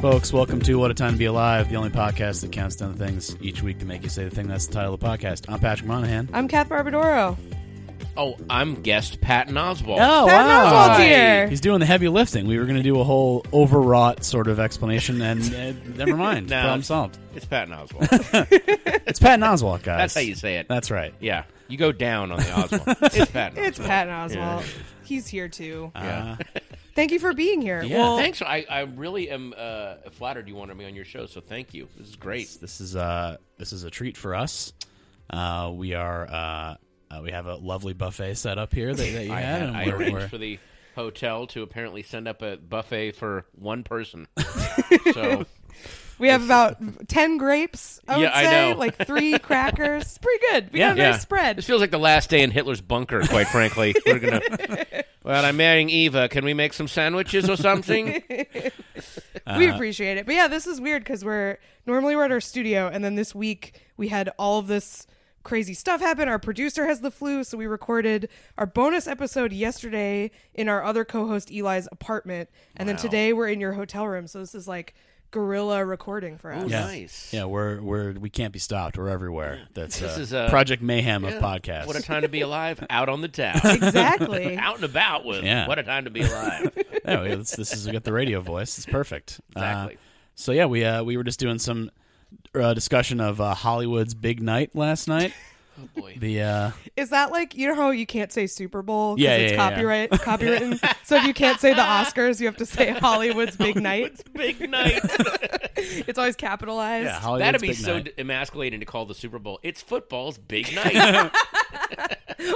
Folks, welcome to What a Time to Be Alive, the only podcast that counts down the things each week to make you say the thing that's the title of the podcast. I'm Patrick Monahan. I'm Kath Barbadoro. Oh, I'm guest Patton Oswald. Patton Oswald's here. He's doing the heavy lifting. We were going to do a whole overwrought sort of explanation, and uh, never mind. No, Problem it's- solved. It's Patton Oswald. It's Patton Oswalt, guys. That's how you say it. That's right. yeah, you go down on the Oswald. It's Patton. It's Oswalt. Patton Oswald. He's here too. Yeah. Thank you for being here. Yeah. Well, Thanks. I, I really am uh, flattered you wanted me on your show, so thank you. This is great. This is uh this is a treat for us. Uh, we are uh, uh, we have a lovely buffet set up here that, that you I, had, and I we're- arranged we're- for the hotel to apparently send up a buffet for one person. so we have about ten grapes. I Yeah, would I say know. like three crackers. It's pretty good. We Yeah. got a yeah, nice spread. This feels like the last day in Hitler's bunker. Quite frankly, we're gonna. Well, I'm marrying Eva. Can we make some sandwiches or something? we appreciate it. But yeah, this is weird because we're normally we're at our studio, and then this week we had all of this crazy stuff happen. Our producer has the flu, so we recorded our bonus episode yesterday in our other co-host Eli's apartment, and then today we're in your hotel room. So this is like guerrilla recording for us. yeah. Nice. Yeah, we're we're we can't be stopped. We're everywhere. That's This uh, is, uh, Project Mayhem of podcasts. What a time to be alive! Out on the town. Exactly. out and about with. Yeah. What a time to be alive. no, Oh, yeah, this, this is we got the radio voice. It's perfect. Uh, Exactly. so yeah, we uh, we were just doing some uh, discussion of uh, Hollywood's big night last night. Oh, boy. The uh, Is that like you know how you can't say Super Bowl because Yeah, it's yeah, yeah. copyright copywritten? so if you can't say the Oscars, you have to say Hollywood's Big Night. Big night. It's always capitalized. yeah, Hollywood's That'd be big so night. d- emasculating to call the Super Bowl. It's football's big night.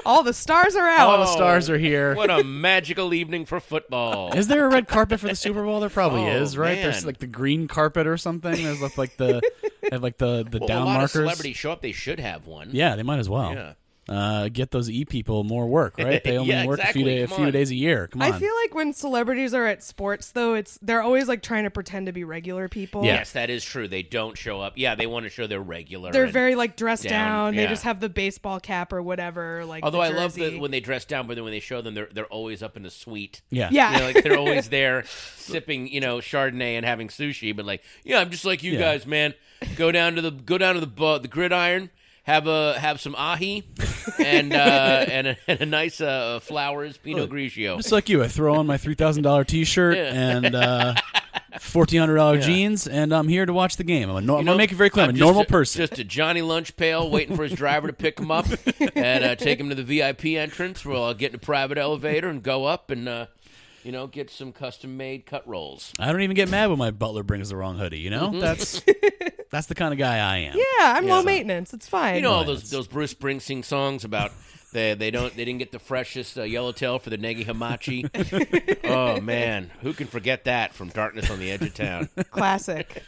All the stars are out. All the stars are here. Oh, what a magical evening for football. Is there a red carpet for the Super Bowl? There probably Oh, is, right? There's man. like the green carpet or something. There's like, like the they have like the the well, down a lot markers. of celebrities show up. They should have one. Yeah, they might as well. Yeah. Uh, get those e people more work, right? They only Yeah, work a few, exactly. day, a Come few on. days a year. Come on. I feel like when celebrities are at sports, though, it's they're always like trying to pretend to be regular people. Yeah. Yes, that is true. They don't show up. Yeah, they want to show their regular. they're and- very like dressed down. Down, They yeah. just have the baseball cap or whatever. Like, Although the I love jersey. the, when they dress down, but then when they show them, they're they're always up in the suite. yeah. yeah, You know, like they're always there sipping, you know, Chardonnay and having sushi. But like, yeah, I'm just like you Yeah. guys, man. Go down to the go down to the bu- the gridiron, have a have some ahi, and uh, and, a, and a nice uh, flowers Pinot Grigio. Just like you, I throw on my three thousand dollar T-shirt and uh, fourteen hundred dollar jeans, and I'm here to watch the game. I'm, a nor- I'm You know, gonna make it very clear. I'm a just normal person. Just a Johnny Lunch pail waiting for his driver to pick him up and uh, take him to the VIP entrance where I'll get in a private elevator and go up and, uh, you know, get some custom made cut rolls. I don't even get mad when my butler brings the wrong hoodie. You know, Mm-hmm. that's that's the kind of guy I am. yeah, I'm low maintenance. It's fine. You know all those those Bruce Springsteen songs about they they don't they didn't get the freshest uh, yellowtail for the Negi Hamachi. oh man, who can forget that from Darkness on the Edge of Town? classic.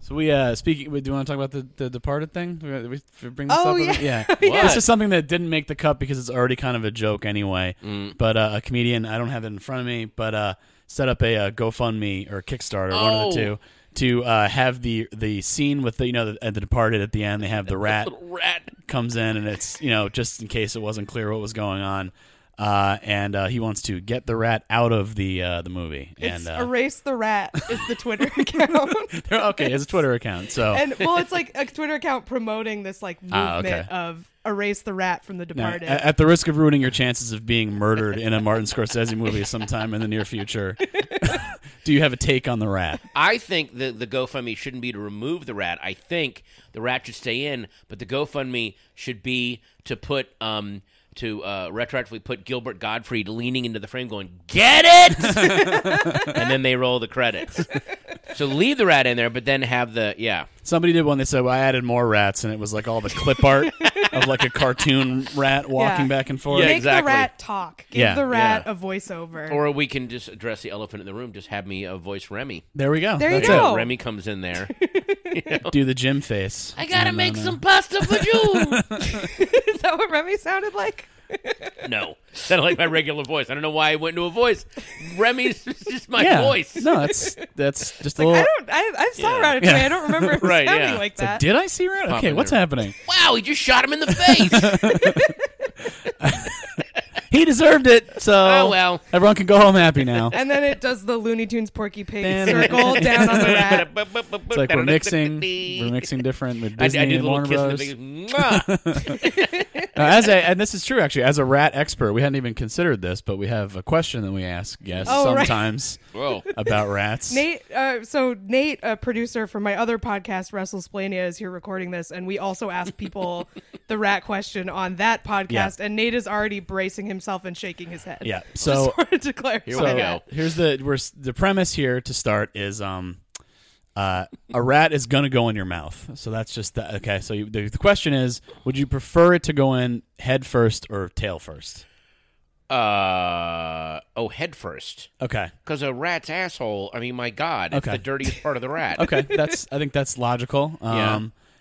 So we uh, speaking. we- Do you want to talk about the, the Departed thing? Do we, we bring this Oh, up? a yeah. bit? yeah. Yeah. This is something that didn't make the cut because it's already kind of a joke anyway. But uh, a comedian, I don't have it in front of me, but uh, set up a uh, GoFundMe or Kickstarter, one of the Oh. two, to uh, have the the scene with the you know the, at the Departed at the end. They have the rat Little rat. comes in and it's you know just in case it wasn't clear what was going on uh, and uh, he wants to get the rat out of the uh, the movie It's and uh, erase the rat is the Twitter account. okay it's a twitter account so and well, it's like a Twitter account promoting this like movement Ah, okay. of erase the rat from the uh, now, Departed. a- at the risk of ruining your chances of being murdered in a Martin Scorsese movie sometime in the near future, do you have a take on the rat? I think the the GoFundMe shouldn't be to remove the rat. I think the rat should stay in, but the GoFundMe should be to put um to uh, retroactively put Gilbert Gottfried leaning into the frame, going "Get it," and then they roll the credits. So leave the rat in there, but then have the yeah. Somebody did one. They said well, I added more rats, and it was like all the clip art of like a cartoon rat walking Yeah. back and forth. Yeah, Make exactly. the rat talk. Give Yeah, the rat yeah. a voiceover. Or we can just address the elephant in the room. Just have me uh, voice Remy. There we go. There you That's go. Oh. Remy comes in there. It. Do the gym face. I gotta make some pasta for you. Is that what Remy sounded like? no, sounded like my regular voice. I don't know why I went to a voice. Remy's just my yeah. voice. No, that's that's just a I little. don't. I, I've saw Yeah. rat today. I don't remember it Right, sounding yeah. like It's like, that. did I see rat? Okay, in what's there. happening? Wow, he just shot him in the face. He deserved it. So Oh, well. everyone can go home happy now. and then it does the Looney Tunes Porky Pig Damn. circle down on the rat. it's It's like we're mixing, we're mixing different with I, I Disney did a and little Warner kiss in the Bros. face. Mwah. Now, Uh, as a, and this is true actually. As a rat expert, we hadn't even considered this, but we have a question that we ask guests Oh, right. sometimes Whoa. about rats. Nate, uh, so Nate, a producer from my other podcast, WrestleSplania, is here recording this, and we also asked people the rat question on that podcast, Yeah. and Nate is already bracing himself and shaking his head. yeah. Just So wanted to clarify. we so go. here's the we're s- the premise here to start is um uh, a rat is gonna go in your mouth. So that's just the, okay. So you, the, the question is, would you prefer it to go in head first or tail first? Uh, oh, head first. Okay. Because a rat's asshole, I mean, my God, it's Okay. the dirtiest part of the rat. Okay, that's I think that's logical. Um, Yeah.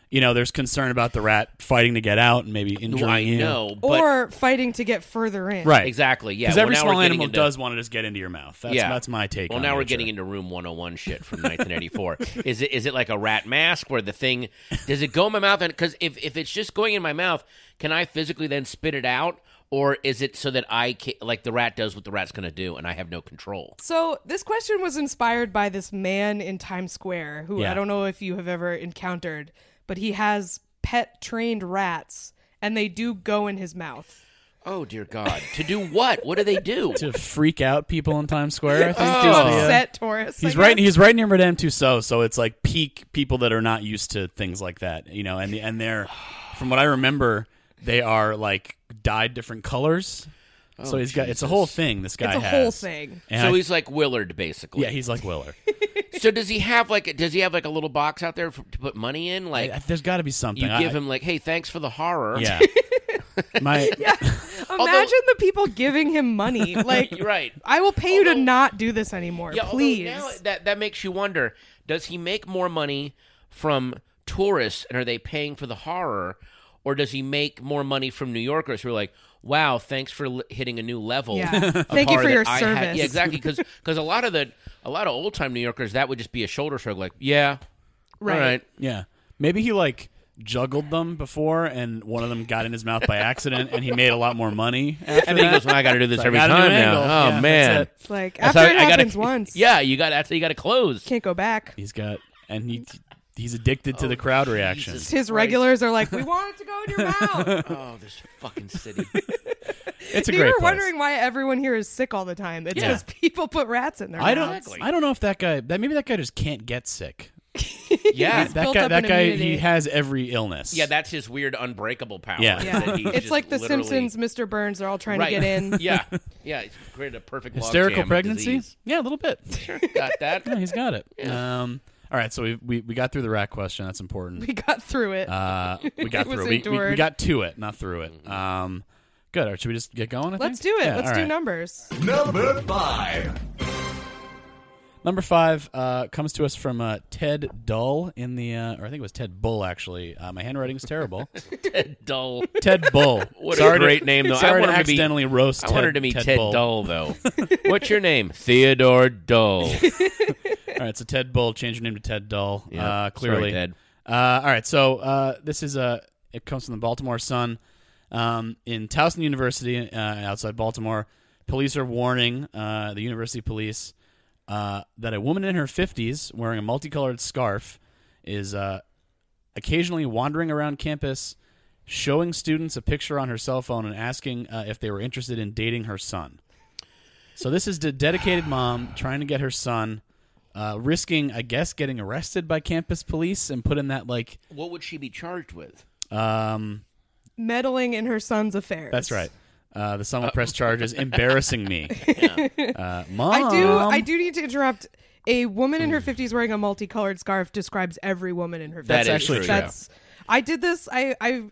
You know, there's concern about the rat fighting to get out and maybe injuring Well, I you. know, but Or fighting to get further in. Right. exactly, yeah. Because well, every now we're small getting animal into- does want to just get into your mouth. That's, Yeah. that's my take. Well, on now we're nature. getting into Room 101 shit from 1984. is it is it like a rat mask where the thing does it go in my mouth? And because if if it's just going in my mouth, can I physically then spit it out, or is it so that I can, like the rat does what the rat's going to do, and I have no control? So this question was inspired by this man in Times Square who Yeah. I don't know if you have ever encountered, but he has pet trained rats and they do go in his mouth. Oh dear God! to do what? What do they do? to freak out people in Times Square. I think To is the, uh, upset tourists. I He's right. guess. He's right near Madame Tussauds, so it's like peak people that are not used to things like that, you know. And the, and they're, from what I remember, they are like dyed different colors. so he's got it's a whole thing. This guy It's a has. whole thing. And Oh, so I- he's like Willard, basically. yeah, he's like Willer. so does he have like does he have like a little box out there for, to put money in? Like There's got to be something. you I- give him like, hey, thanks for the horror. Yeah. My Imagine the people giving him money. Like You're right. I will pay you to Although- not do this anymore, Yeah, although please. Now that that makes you wonder: Does he make more money from tourists, and are they paying for the horror, or does he make more money from New Yorkers who are like, "Wow, thanks for l- hitting a new level." Yeah. of Thank you horror for that your I service." Yeah, exactly. Because a lot of the a lot of old time New Yorkers that would just be a shoulder shrug, like, "Yeah, Right. all right." yeah. Maybe he like juggled them before, and one of them got in his mouth by accident, and he made a lot more money. After And then he that. goes, well, "I got to do this Like, every gotta do time an angle. now." Yeah, Oh that's man. it. It's like That's after how- it I gotta- happens once, Yeah, you got that's how you got to close. can't go back. He's got, and he he's addicted Oh, to the crowd reaction. Jesus. His Christ. regulars are like, "We want it to go in your mouth." Oh, this fucking city. It's a you great were place. wondering why everyone here is sick all the time. It's Yeah. because people put rats in their I don't. mouths. I don't know if that guy. That maybe that guy just can't get sick. Yeah. That Built guy. up That an guy. immunity. He has every illness. Yeah, that's his weird unbreakable power. Yeah. is Yeah. that he's It's just like The literally- Simpsons, Mr. Burns, they're all trying Right. to get in. yeah, yeah. He's created a perfect log hysterical jam of pregnancy. disease. Yeah, a little bit. Got that? Yeah, he's got it. Um. All right. So we we, we got through the rat question. That's important. We got through it. Uh, we got It was through. it. We, we, we endured. got to it, not through Mm-hmm. it. Um, good. All right, should we just get going? I Let's do think? it. Yeah, Let's all do right. numbers. Number five. Number five uh, comes to us from uh, Ted Dull in the, uh, or I think it was Ted Bull actually. Uh, my handwriting's terrible. Dull. Ted Bull. What sorry a great name, though. To, sorry I wanted to him to be- accidentally roast. I Ted, wanted to meet Ted, Ted, Bull. Dull, though. What's your name? Theodore All Dull. right, so Ted Bull changed your name to Ted Dull. uh, clearly, Sorry, Ted. Uh, all right, so uh, this is uh, it comes from the Baltimore Sun. Um, in Towson University, uh, outside Baltimore, police are warning uh, the university police uh, that a woman in her fifties wearing a multicolored scarf is uh, occasionally wandering around campus, showing students a picture on her cell phone and asking uh, if they were interested in dating her son. So this is a dedicated mom trying to get her son, uh, risking, I guess, getting arrested by campus police and put in that like, What would she be charged with? um, Meddling in her son's affairs. that's right. Uh, the son will press charges, embarrassing me. Uh, mom, I do. I do need to interrupt. a woman in her 50s wearing a multicolored scarf describes every woman in her 50s. That is actually true. That's I did this I I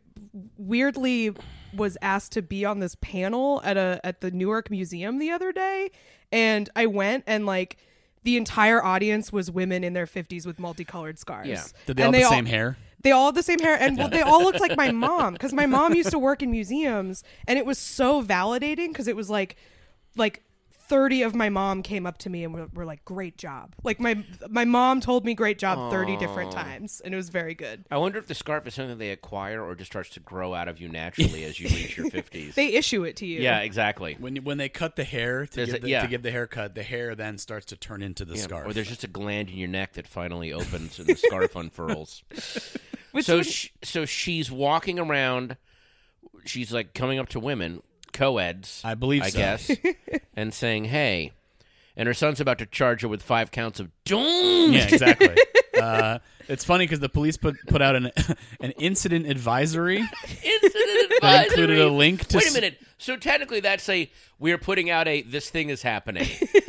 weirdly was asked to be on this panel at a at the Newark Museum the other day and I went and like the entire audience was women in their 50s with multicolored scarves. Yeah. Did they And all have the same hair? they all had the same hair and well, they all looked like my mom because my mom used to work in museums and it was so validating because it was like like 30 of my mom came up to me and were, were like great job like my my mom told me great job 30 different times and it was very good I wonder if the scarf is something they acquire or just starts to grow out of you naturally as you reach your 50s. they issue it to you yeah, exactly. When when they cut the hair to, There's give a- the, yeah. to give the haircut, the hair then starts to turn into the Yeah, scarf. Or there's just a gland in your neck that finally opens and the scarf unfurls. Which so would- sh so she's walking around. She's like coming up to women, co-eds, I believe I so. guess, and saying, "Hey," and her son's about to charge her with five counts of doom. yeah, exactly. uh, it's funny because the police put put out an an incident advisory. Incident That included advisory. a link to Wait a s- minute. So technically, that's a we're putting out a this thing is happening.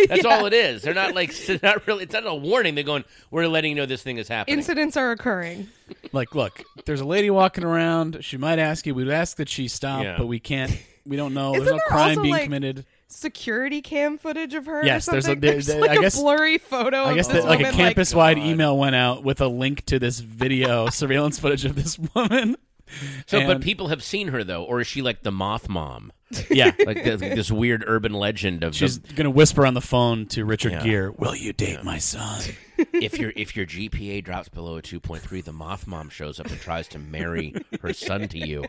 That's all it is. They're not like they're not really. It's not a warning. They're going. We're letting you know this thing is happening. incidents are occurring Like, look, there's a lady walking around. She might ask you. We'd ask that she stop, Yeah. but we can't. We don't know. there's Isn't no there crime also, being like, committed. security cam footage of her Yes, or there's a- something there- there- like I guess- a blurry photo I of guess this that, like a woman, like- campus-wide God. email went out with a link to this video surveillance footage of this woman. So, but And- people have seen her though, or is she like the moth mom? yeah, Like the, this weird urban legend of she's the, gonna whisper on the phone to Richard Yeah. Gere, "Will you date my son?" if your if your GPA drops below a two point three, the moth mom shows up and tries to marry her son to you.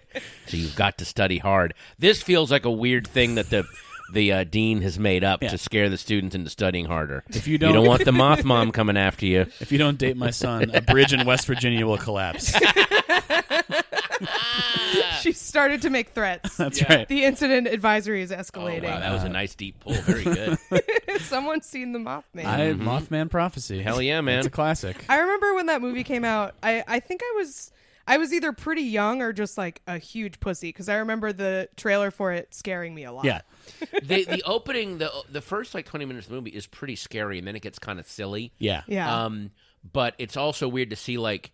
So you've got to study hard. This feels like a weird thing that the the uh, dean has made up to scare the students into studying harder. If you don't- you don't want the moth mom coming after you. If you don't date my son, a bridge in West Virginia will collapse. she started to make threats That's right. the incident advisory is Oh, escalating wow, that was a nice deep pull. Very good. someone's seen the mothman I Mothman Prophecy. Mm-hmm. Hell yeah, man. It's a classic. I remember when that movie came out. I, I think I was I was either pretty young or just like a huge pussy because I remember the trailer for it scaring me a lot. Yeah. the the opening the the first like twenty minutes of the movie is pretty scary, and then it gets kind of silly. Yeah. yeah. Um, but it's also weird to see like,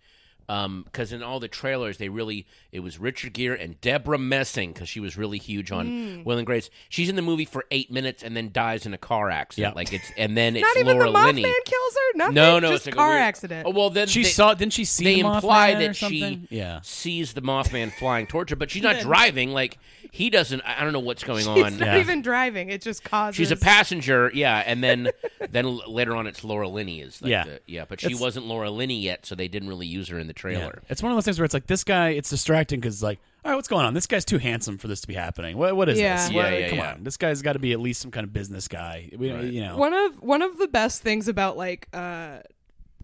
um, because in all the trailers they really it was Richard Gere and Deborah Messing because she was really huge on Hmm. Will and Grace. She's in the movie for eight minutes and then dies in a car accident. Yeah. Like it's and then it's Not even Laura the Mothman Linney. kills her. Nothing. no, no, just it's like a car weird- accident. Oh well, then She they, saw didn't she see They the imply Mothman or that something? she Yeah. sees the Mothman flying towards her, but she's not driving. Like he doesn't. I I don't know what's going on. She's not Yeah. even driving. It just causes. She's a passenger, yeah, and then then l- later on it's Laura Linney is like Yeah. the, yeah, but she It's- wasn't Laura Linney yet, so they didn't really use her in the Yeah. trailer. It's one of those things where it's like this guy. It's distracting because like, all right, what's going on? This guy's too handsome for this to be happening. What what is Yeah. this? Yeah, What- yeah, come yeah. on, this guy's got to be at least some kind of business guy. We, don't You know, One of one of the best things about like uh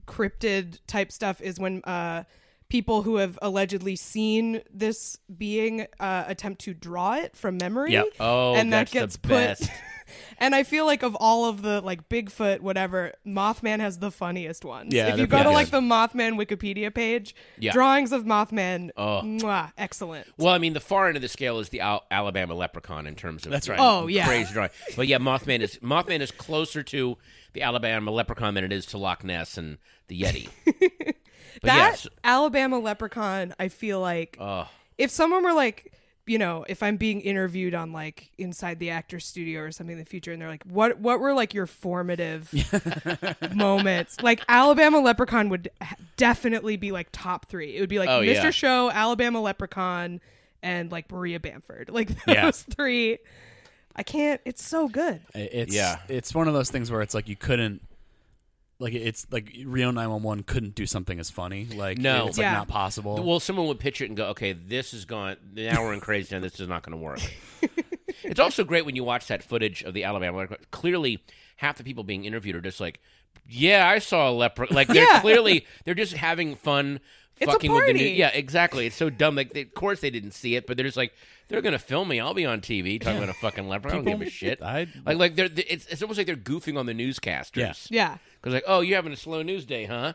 cryptid type stuff is when uh people who have allegedly seen this being uh attempt to draw it from memory. Yep. Oh, and that's that gets the best. put And I feel like of all of the like Bigfoot, whatever, Mothman has the funniest ones. Yeah, if you they're go to pretty like good. the Mothman Wikipedia page, Yeah. Oh. drawings of Mothman, mwah, excellent. Well, I mean, the far end of the scale is the Al- Alabama Leprechaun in terms of That's right. Oh, yeah. crazy drawing. But yeah, Mothman is Mothman is closer to the Alabama Leprechaun than it is to Loch Ness and the Yeti. But that yes, Alabama leprechaun, I feel like Ugh. if someone were like, you know, if I'm being interviewed on like inside the actor's studio or something in the future, and they're like, what what were like your formative moments? Like Alabama leprechaun would h- definitely be like top three. It would be like Oh, Mr. yeah. Show, Alabama leprechaun, and like Maria Bamford. Like those Yeah. three. I can't. It's so good. it's Yeah. it's one of those things where it's like you couldn't. Like it's like Rio 911 couldn't do something as funny. Like No. it's like Yeah. not possible. Well, someone would pitch it and go, "Okay, this is gone. Now we're in crazy town. This is not going to work." it's also great when you watch that footage of the Alabama leprechaun. Clearly, half the people being interviewed are just like, "Yeah, I saw a leprechaun." Like they're Yeah. clearly they're just having fun It's a fucking with the party. new. Yeah, exactly. It's so dumb. Like, they, of course they didn't see it, but they're just like, they're gonna film me. I'll be on TV talking about a fucking leopard. I don't give a People- shit. I- like, like they're. they- It's, it's almost like they're goofing on the newscasters. Yeah. Yeah. Because like, oh, you're having a slow news day, huh?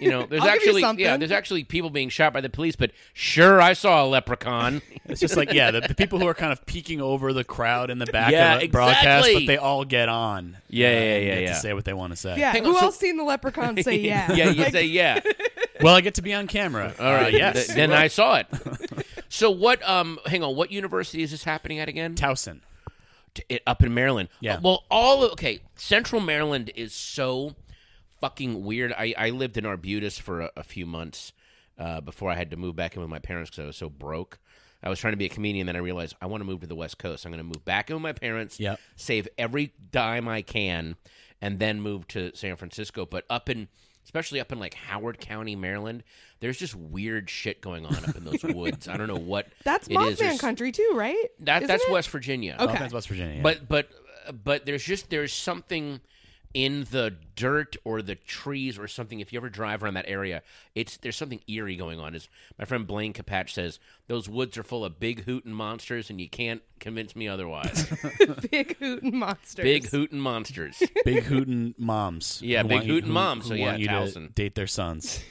You know, there's I'll give you actually yeah, something. there's actually people being shot by the police, but sure, I saw a leprechaun. It's just like yeah, the, the people who are kind of peeking over the crowd in the back Yeah, of the broadcast, exactly. but they all get on. Yeah, uh, yeah, and yeah, get yeah. To say what they want to say. Yeah. Hang on, Who so- else seen the leprechaun say yeah? yeah, you Like, say yeah. Well, I get to be on camera. All right, Uh, yes. Th- then I saw it. So what? Um, hang on. What university is this happening at again? Towson. T- it- up in Maryland. Yeah. Uh, well, all of, okay. Central Maryland is so fucking weird. I, I lived in Arbutus for a, a few months uh, before I had to move back in with my parents because I was so broke. I was trying to be a comedian, then I realized I want to move to the West Coast. I'm going to move back in with my parents. Yep. Save every dime I can, and then move to San Francisco. But up in especially up in like Howard County, Maryland, there's just weird shit going on up in those woods. I don't know what That's it is. There's- Mothman country too, right? That, Isn't that's it? West Virginia. Okay. That's West Virginia. yeah. But but but there's just there's something in the dirt or the trees or something. If you ever drive around that area, it's there's something eerie going on. As my friend Blaine Capatch says, those woods are full of big hootin' monsters, and you can't convince me otherwise. Big hootin' monsters. big hootin' monsters. big hootin' moms. Yeah, who big want you- hootin' who- moms. who So, yeah, want you to Towson. Mm-hmm. date their sons.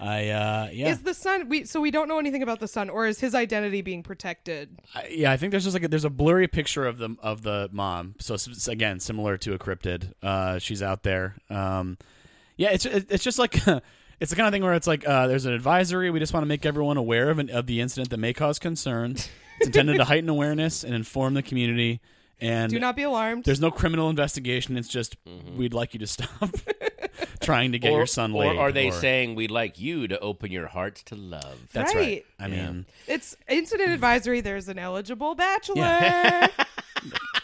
I uh, yeah, Is the sun? We so we don't know anything about the sun, or is his identity being protected? I, yeah. I think there's just like a, there's a blurry picture of the of the mom. So s- s- again, similar to a cryptid, uh, she's out there. Um, yeah, it's it- it's just like it's the kind of thing where it's like uh, there's an advisory. We just want to make everyone aware of an, of the incident that may cause concern. It's intended to heighten awareness and inform the community. And Do not be alarmed. there's no criminal investigation. It's just we'd like you to stop trying to get Mm-hmm. or, your son or laid. are they saying we'd like you to open your hearts to love? That's right. Right. I mean, It's incident advisory. There's an eligible bachelor.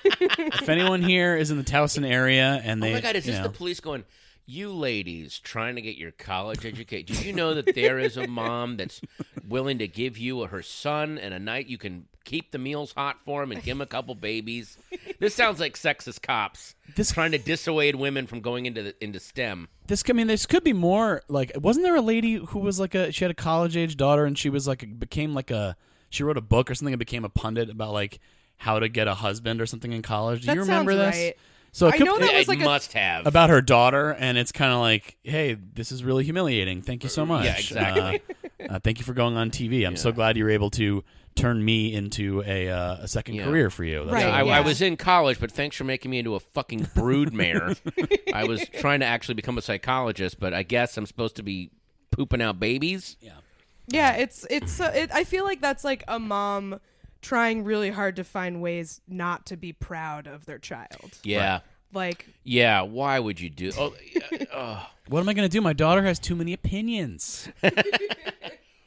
if anyone here is in the Towson area and they, Oh my god, is you this the know, police going? You ladies trying to get your college education. Do you know that there is a mom that's willing to give you her son and a night you can keep the meals hot for him and give him a couple babies? This sounds like sexist cops This- trying to dissuade women from going into the, into STEM. this? I mean, this could be more like. Wasn't there a lady who was like a? She had a college age daughter, and she was like became like a. She wrote a book or something and became a pundit about like how to get a husband or something in college. Do That you remember sounds this? right. So it I could, know that It, was like a- must have. about her daughter, and it's kind of like, hey, this is really humiliating. Thank you so much. yeah, exactly. Uh, uh, thank you for going on TV. I'm so glad you were able to turn me into a uh, a second career for you. That's Right. all. I, I yeah. was in college, but thanks for making me into a fucking broodmare. I was trying to actually become a psychologist, but I guess I'm supposed to be pooping out babies. yeah, it's it's. Uh, it, I feel like that's like a mom trying really hard to find ways not to be proud of their child. Yeah. Like Yeah, why would you do? Oh, uh, What am I going to do? My daughter has too many opinions.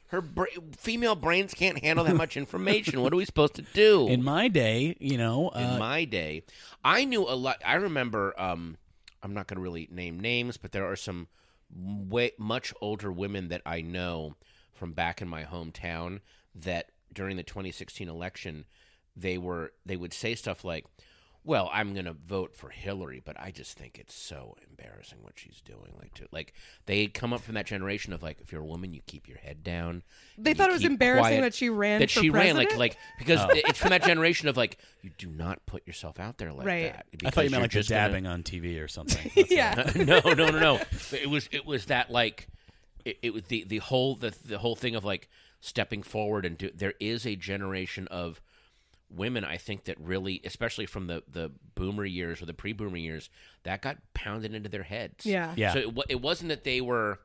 her bra- female brains can't handle that much information. What are we supposed to do? In my day, you know, in uh, my day, I knew a lot. I remember. Um, I'm not going to really name names, but there are some way much older women that I know from back in my hometown that during the 2016 election, they were they would say stuff like. Well, I'm gonna vote for Hillary, but I just think it's so embarrassing what she's doing. Like, to, like they come up from that generation of like, if you're a woman, you keep your head down. They and thought you it was keep embarrassing quiet. that she ran That for she ran like president? like because Oh. it's from that generation of like you do not put yourself out there like Right. that. I thought you meant because you're like the just gonna- dabbing on TV or something. That's yeah, no, no, no, no. It was it was that like it, it was the the whole the the whole thing of like stepping forward and do, there is a generation of women I think that really especially from the the boomer years or the pre-boomer years that got pounded into their heads. Yeah. Yeah. So it, wa- it wasn't that they were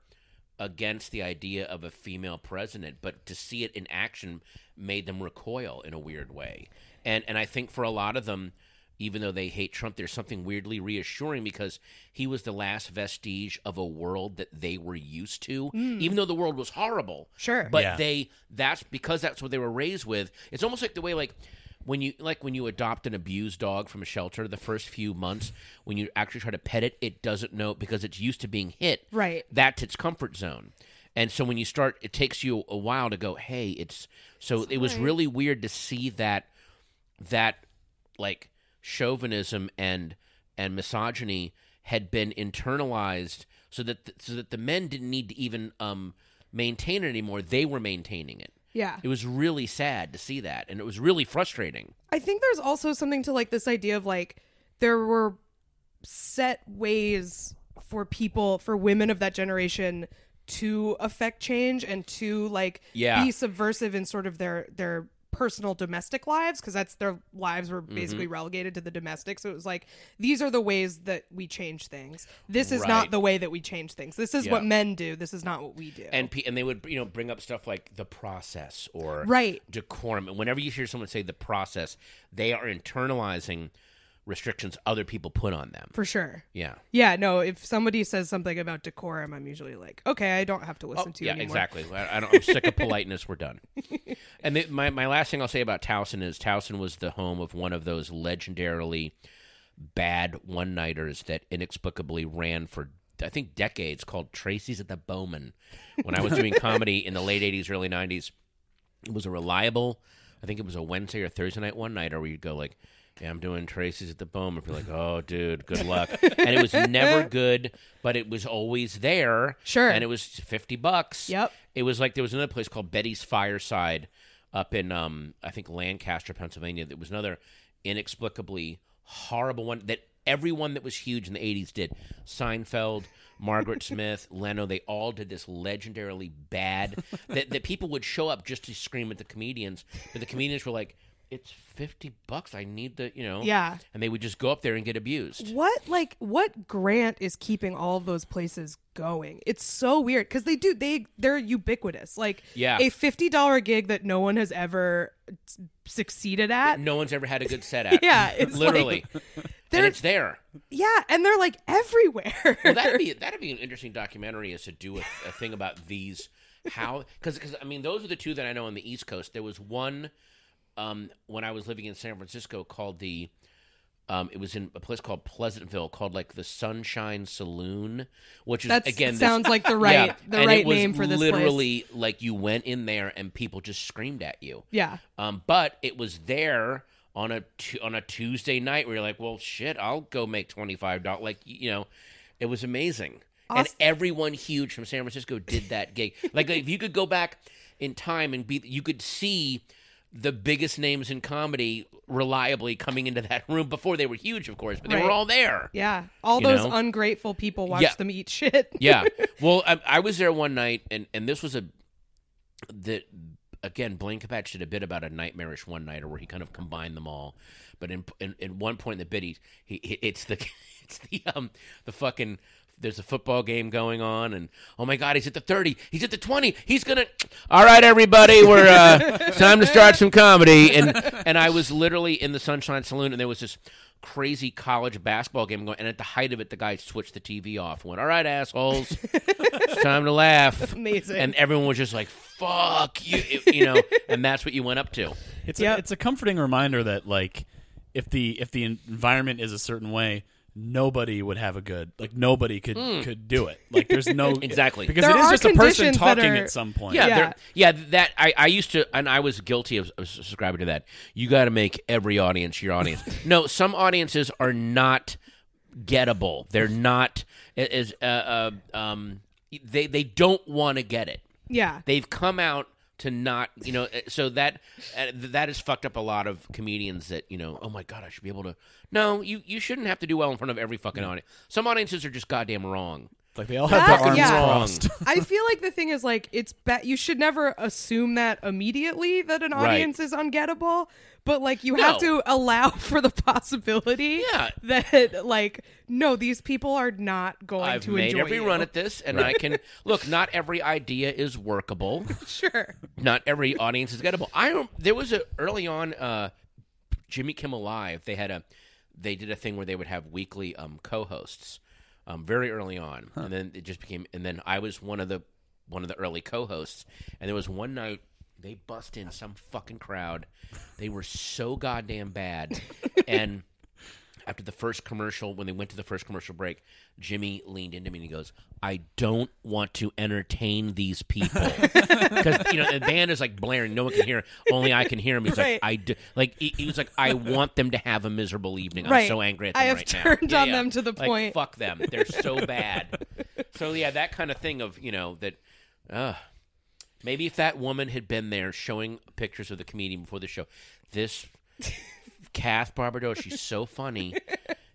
against the idea of a female president, but to see it in action made them recoil in a weird way. And and I think for a lot of them, even though they hate Trump, there's something weirdly reassuring because he was the last vestige of a world that they were used to, even though the world was horrible. Sure. But Yeah. they that's because that's what they were raised with. It's almost like the way like when you like when you adopt an abused dog from a shelter the first few months when you actually try to pet it it doesn't know because it's used to being hit Right. that's its comfort zone. And so when you start, it takes you a while to go, hey, it's so it was really weird to see that that like chauvinism and and misogyny had been internalized so that th- so that the men didn't need to even um maintain it anymore. They were maintaining it. Yeah. It was really sad to see that, and it was really frustrating. I think there's also something to like this idea of like there were set ways for people for women of that generation to affect change and to like Yeah. be subversive in sort of their their personal domestic lives because that's their lives were basically Mm-hmm. relegated to the domestic so it was like these are the ways that we change things this is Right. not the way that we change things this is Yeah. what men do this is not what we do and pe- and they would you know bring up stuff like the process or Right. decorum and whenever you hear someone say the process they are internalizing restrictions other people put on them for sure yeah yeah no if somebody says something about decorum i'm usually like okay i don't have to listen to you Oh, yeah anymore exactly I, I don't, i'm sick of politeness we're done and the, my, my last thing i'll say about towson is towson was the home of one of those legendarily bad one-nighters that inexplicably ran for i think decades called tracy's at the bowman when i was doing comedy in the late 80s early 90s it was a reliable i think it was a wednesday or thursday night one nighter where you'd go like yeah, I'm doing Tracy's at the Bowman. You're like, oh, dude, good luck. and it was never good, but it was always there. Sure. And it was 50 bucks. Yep. It was like there was another place called Betty's Fireside up in, um, I think, Lancaster, Pennsylvania. That was another inexplicably horrible one that everyone that was huge in the 80s did. Seinfeld, Margaret Smith, Leno, they all did this legendarily bad that, that people would show up just to scream at the comedians. But the comedians were like, it's 50 bucks. I need the, you know. Yeah. And they would just go up there and get abused. What like what grant is keeping all of those places going? It's so weird because they do they they're ubiquitous. Like Yeah. a fifty dollar gig that no one has ever s- succeeded at. No one's ever had a good set at. Yeah, it's like- literally. They're- and it's there. Yeah, and they're like everywhere. Well, that'd be that'd be an interesting documentary is to do a, a thing about these how because I mean those are the two that I know on the East Coast. There was one um, when I was living in San Francisco called the um, it was in a place called Pleasantville called like the Sunshine Saloon, which is That's again this- sounds like the right yeah, the and right it was name for this place. Literally, like you went in there and people just screamed at you. Yeah. Um, but it was there on a tu- on a Tuesday night where you're like, well, shit, I'll go make twenty five dollars. Like y- you know, it was amazing, and Aust- everyone huge from San Francisco did that gig. like if you could go back in time and be, you could see the biggest names in comedy reliably coming into that room before they were huge, of course, but they Right. were all there. Yeah. All You those know? ungrateful people watch Yeah. them eat shit. yeah. Well, I, I was there one night, and and this was a the again Blaine Capatch did a bit about a nightmarish one nighter where he kind of combined them all, but in in, in one point in the bit he, he he- it's the it's the um the fucking. There's a football game going on, and oh my God, he's at the 30, he's at the 20, he's gonna. All right, everybody, we're uh, it's time to start some comedy, and and I was literally in the Sunshine Saloon, and there was this crazy college basketball game going, and at the height of it, the guy switched the TV off, and went, all right, assholes, it's time to laugh. Amazing. And everyone was just like, fuck you, it- you know, and that's what you went up to. It's Yep. a, it's a comforting reminder that like if the if the en- environment is a certain way, nobody would have a good like nobody could could do it. Like there's no Hmm. Exactly. because There it is are just a person conditions that talking are- at some point. Yeah, Yeah. yeah. yeah that I, I used to, and I was guilty of, of subscribing to that. You got to make every audience your audience. no, some audiences are not gettable. They're not i- is uh, uh, um they they don't want to get it. Yeah. They've come out to not, you know, uh, so that uh, that has fucked up a lot of comedians that you know. Oh my god, I should be able to. No, you you shouldn't have to do well in front of every fucking audience. Some audiences are just goddamn wrong. It's like they all have That- their arms yeah. crossed. I feel like the thing is like it's bet you should never assume that immediately that an Right. audience is ungettable, but like you have No. to allow for the possibility Yeah. that like no, these people are not going I've to made enjoy every you. run at this, and I can look. Not every idea is workable. sure. Not every audience is gettable. I rem- there was a early on uh, Jimmy Kimmel Live. They had a they did a thing where they would have weekly um, co-hosts um, very early on, and then it just became. And then I was one of the one of the early co-hosts, and there was one night. They bust in some fucking crowd. They were so goddamn bad. And after the first commercial, when they went to the first commercial break, Jimmy leaned into me and he goes, "I don't want to entertain these people because you know the band is like blaring, no one can hear, only I can hear him." He's Right. like, "I do," like he, he was like, "I want them to have a miserable evening. I'm Right. so angry at them I have right turned now." on them to the Like, point- Fuck them, they're so bad." so yeah, that kind of thing of you know that. Uh, Maybe if that woman had been there showing pictures of the comedian before the show, this Kath Barbados, she's so funny.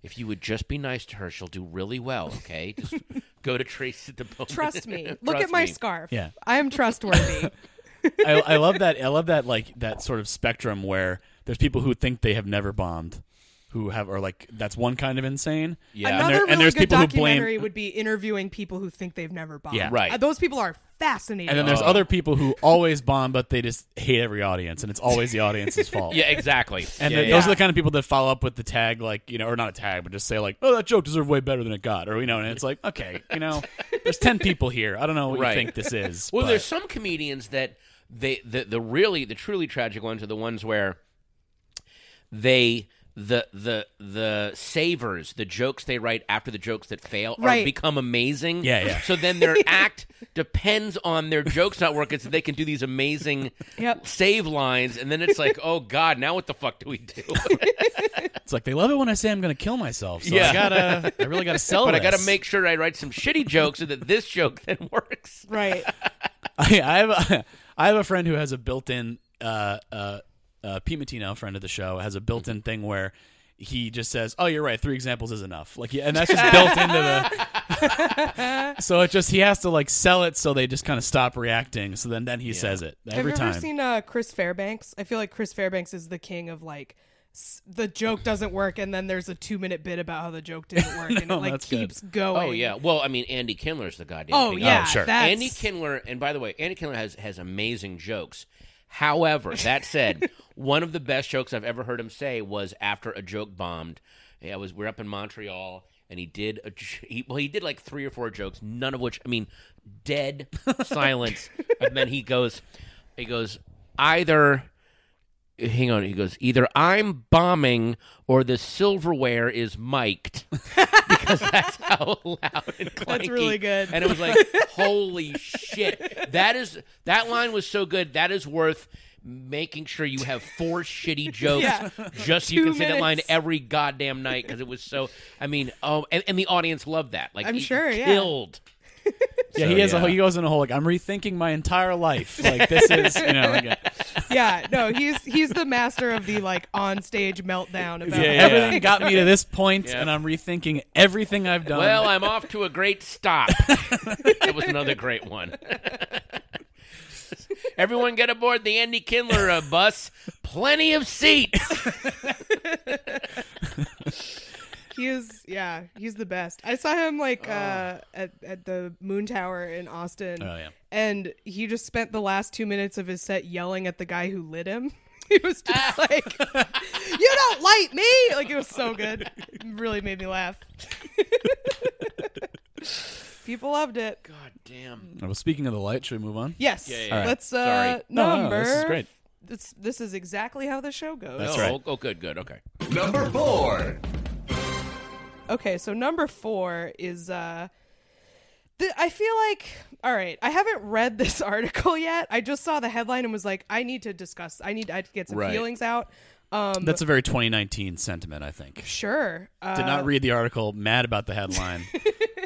If you would just be nice to her, she'll do really well. Okay, just go to Tracy the Bowman. Trust me. Look Trust at my me. scarf. Yeah. I am trustworthy. I, I love that. I love that like that sort of spectrum where there's people who think they have never bombed, who have are like that's one kind of insane. Yeah. And Another there- really and there's good people who blame- documentary would be interviewing people who think they've never bombed. Yeah. Right. Uh, those people are fascinating. And then there's other people who always bomb, but they just hate every audience, and it's always the audience's fault. Yeah, exactly. And yeah, then yeah. those are the kind of people that follow up with the tag, like you know, or not a tag, but just say like, "Oh, that joke deserved way better than it got," or you know, and it's like, okay, you know, there's ten people here. I don't know what Right. you think this is. Well, but- there's some comedians that they the the really the truly tragic ones are the ones where they the the the savers the jokes they write after the jokes that fail are Right. become amazing. Yeah, yeah. So then their act depends on their jokes not working, so they can do these amazing Yep. save lines, and then it's like, oh god, now what the fuck do we do? it's like they love it when I say I'm going to kill myself. So Yeah. I gotta, I really gotta sell. but I this. got to make sure I write some shitty jokes so that this joke then works. Right. I, I have a, I have a friend who has a built-in uh, uh, uh, Pete Matino, friend of the show, has a Mm-hmm. built-in thing where he just says, "Oh, you're right. Three examples is enough." Like, yeah, and that's just built into the. so it just he has to like sell it, so they just kind of stop reacting. So then then he says it every Have you time. ever seen uh, Chris Fairbanks? I feel like Chris Fairbanks is the king of like s- the joke doesn't work, and then there's a two minute bit about how the joke didn't work, and it No, like that's good. keeps going. Oh yeah. Well, I mean, Andy Kindler's the goddamn. Oh thing. yeah. sure. That's, Andy Kindler, and by the way, Andy Kindler has has amazing jokes. However, that said, one of the best jokes I've ever heard him say was after a joke bombed. I was we're up in Montreal, and he did a j- he, well, he did like three or four jokes, none of which I mean, dead silence. and then he goes, he goes either. Hang on, he goes. Either I'm bombing or the silverware is mic'd because that's how loud and clanky. That's really good. And it was like, holy shit! That is that line was so good. That is worth making sure you have four shitty jokes Yeah. just so you Two can say that line minutes. every goddamn night because it was so. I mean, oh, and, and the audience loved that. Like, I'm it sure, yeah. killed. yeah, So, he has a yeah. whole, he goes in a whole like I'm rethinking my entire life. Like this is you know. Like, yeah. No, he's he's the master of the like on stage meltdown about yeah, like, everything got me to this point, and I'm rethinking everything I've done. Well, I'm off to a great stop. that was another great one. Everyone get aboard the Andy Kindler uh, bus. Plenty of seats. He is, yeah, he's the best. I saw him like uh, at at the Moon Tower in Austin. Oh, yeah. and he just spent the last two minutes of his set yelling at the guy who lit him. He was just like, "You don't light me!" Like it was so good. It really made me laugh. People loved it. God damn. well, speaking of the light, should we move on? Yes. Yeah, yeah, yeah. Let's uh, Sorry. No, no, number. this is great. This this is exactly how the show goes. That's oh, right. oh, oh, good, good. Okay. Number four. Okay, so number four is uh th- I feel like all right, I haven't read this article yet. I just saw the headline and was like, I need to discuss I need I need to get some Right. feelings out. Um That's a very 2019 sentiment, I think. sure. Uh, Did not read the article, mad about the headline.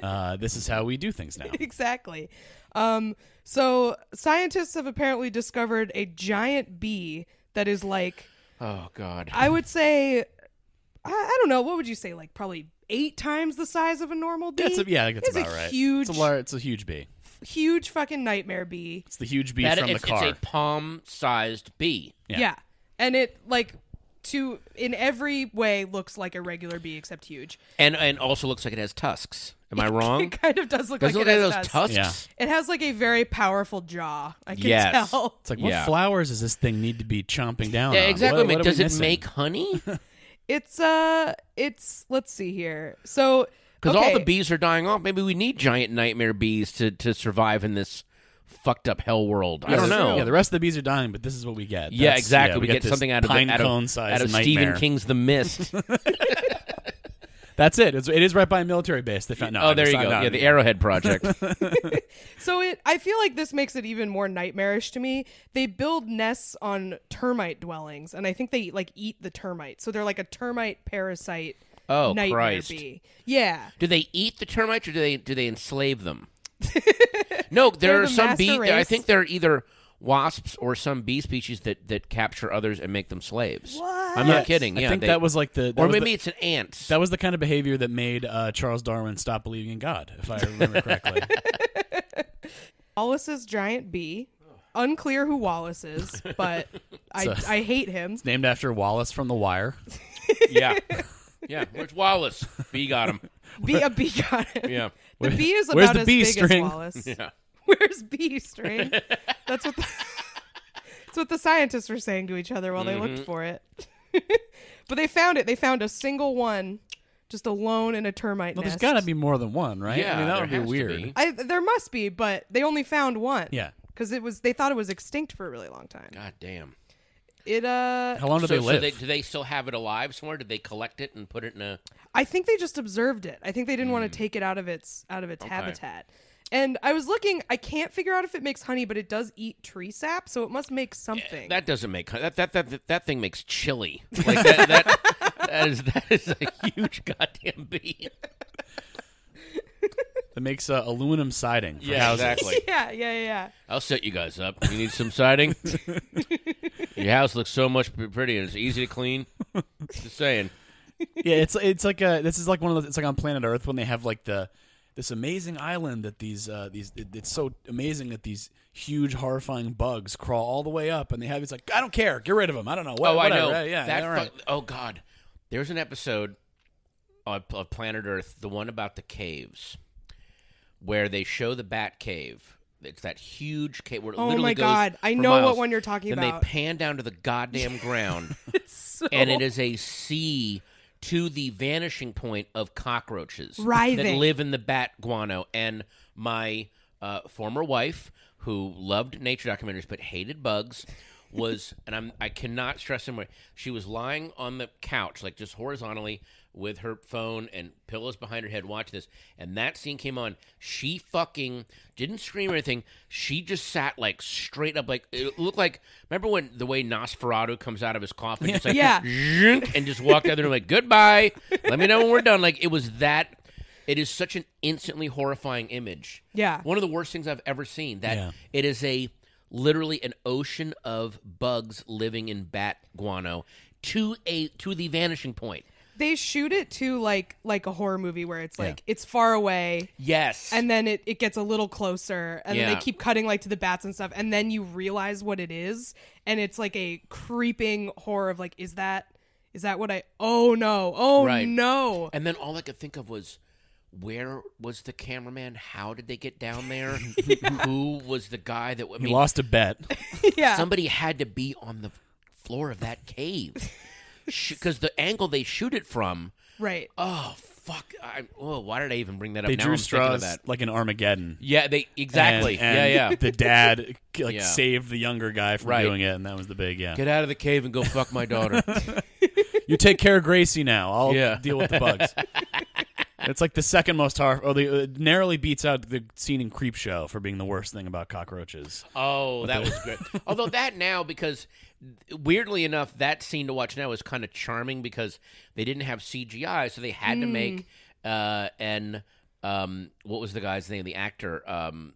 uh, this is how we do things now. exactly. Um so scientists have apparently discovered a giant bee that is like Oh God. I would say I, I don't know, what would you say like probably 8 times the size of a normal bee. That's a, yeah, I think that's It's a about right. huge- It's a, lar- it's a huge bee. Huge fucking nightmare bee. It's the huge bee That- from it's, the car. it's a palm-sized bee. Yeah. Yeah. And it like to in every way looks like a regular bee except huge. and and also looks like it has tusks. Am I wrong? It kind of does look Does it like look it like has those tusks. tusks? Yeah. It has like a very powerful jaw. I can Yes. tell. It's like, what Yeah. flowers does this thing need to be chomping down Yeah, on? exactly. What- mate. what are we Does it missing? make honey? Because It's uh it's let's see here. So because all the bees are dying off. Maybe we need giant nightmare bees to to survive in this fucked up hell world. I don't Yeah, know. Yeah, the rest of the bees are dying, but this is what we get. Yeah, That's- exactly. we, we, got get this something out of pine the, out cone of, size out of nightmare. Stephen King's The Mist. Oh, That's it. It's, it is right by a military base. They found. No, oh, there it's you not- go. not Yeah, the anymore. Arrowhead Project. So it I feel like this makes it even more nightmarish to me. They build nests on termite dwellings and I think they like eat the termites. So they're like a termite parasite Oh, nightmare Christ. bee. Yeah. do they eat the termites or do they do they enslave them? No, there They're are the some master bee. I race. think there are either wasps or some bee species that that capture others and make them slaves. I'm not kidding. Yeah, I think they- that was like the that or was the- maybe it's an ant. that was the kind of behavior that made uh, Charles Darwin stop believing in God, if I remember correctly. Wallace's giant bee. Unclear who Wallace is, but I So- I hate him. Named after Wallace from The Wire. yeah, yeah. Where's Wallace? Bee got him. Bee a bee got him. Yeah, The bee is where's about the as bee big string? as Wallace. yeah. Where's bee string? That's what the, that's what the scientists were saying to each other while they Mm-hmm. looked for it. but they found it. They found a single one, just alone in a termite Well, there's nest. got to be more than one, right? I Yeah, mean, that there would be has to weird. be. I, there must be, but they only found one. Yeah. because it was they thought it was extinct for a really long time. God damn. It uh, How long do so, they so live? do they still have it alive somewhere? Did they collect it and put it in a? I think they just observed it. I think they didn't want Hmm. to take it out of its out of its habitat. And I was looking. I can't figure out if it makes honey, but it does eat tree sap, so it must make something. That doesn't make that that that that thing makes chili. Like that that, that is that is a huge goddamn bee. That makes uh, aluminum siding. for houses. yeah, yeah, yeah, yeah. I'll set you guys up. You need some siding? Your house looks so much p- pretty and it's easy to clean. Just saying. yeah, it's it's like uh this is like one of those. It's like on planet Earth when they have like the this amazing island that these uh these it, it's so amazing that these huge horrifying bugs crawl all the way up and they have it's like I don't care, get rid of them. I don't know. What, oh, I know. whatever. Yeah, yeah, That all right. fu- oh God, there's an episode of, of Planet Earth, the one about the caves, where they show the Bat Cave. It's that huge cave where it Oh literally my goes God, I for know what miles. one you're talking then about. they pan down to the goddamn ground, So and it is a sea to the vanishing point of cockroaches that Writhing. live in the bat guano. And my uh, former wife, who loved nature documentaries but hated bugs, was and I'm I cannot stress him. She was lying on the couch, like just horizontally, with her phone and pillows behind her head, watching this. And that scene came on. She fucking didn't scream or anything. She just sat like straight up, like it looked like. Remember when the way Nosferatu comes out of his coffin? It's like Yeah. zhink, and just walked out of the room like goodbye. Let me know when we're done. Like it was that. It is such an instantly horrifying image. Yeah. one of the worst things I've ever seen. That Yeah. it is a literally an ocean of bugs living in bat guano to a to the vanishing point. they shoot it to like like a horror movie where it's like it's far away Yes, and then it, it gets a little closer and then Yeah. they keep cutting like to the bats and stuff and then you realize what it is and it's like a creeping horror of like is that is that what i oh no oh Right. no And then all I could think of was, where was the cameraman? How did they get down there? Who was the guy that? I he mean, lost a bet. yeah somebody had to be on the floor of that cave because the angle they shoot it from. right Oh fuck! I, oh, why did I even bring that up? They now drew I'm thinking of straws that. like an Armageddon. Yeah, they exactly. And- and yeah, yeah. The dad like Yeah. saved the younger guy from Right. doing it, and that was the big yeah. Get out of the cave and go fuck my daughter. you take care of Gracie now. I'll Yeah. deal with the bugs. it's like the second most horror. Oh, the uh, narrowly beats out the scene in Creep Show for being the worst thing about cockroaches. Oh, that was great. Although that now, because weirdly enough, that scene to watch now is kind of charming because they didn't have CGI, so they had to make uh, an um, what was the guy's name? The actor. Um,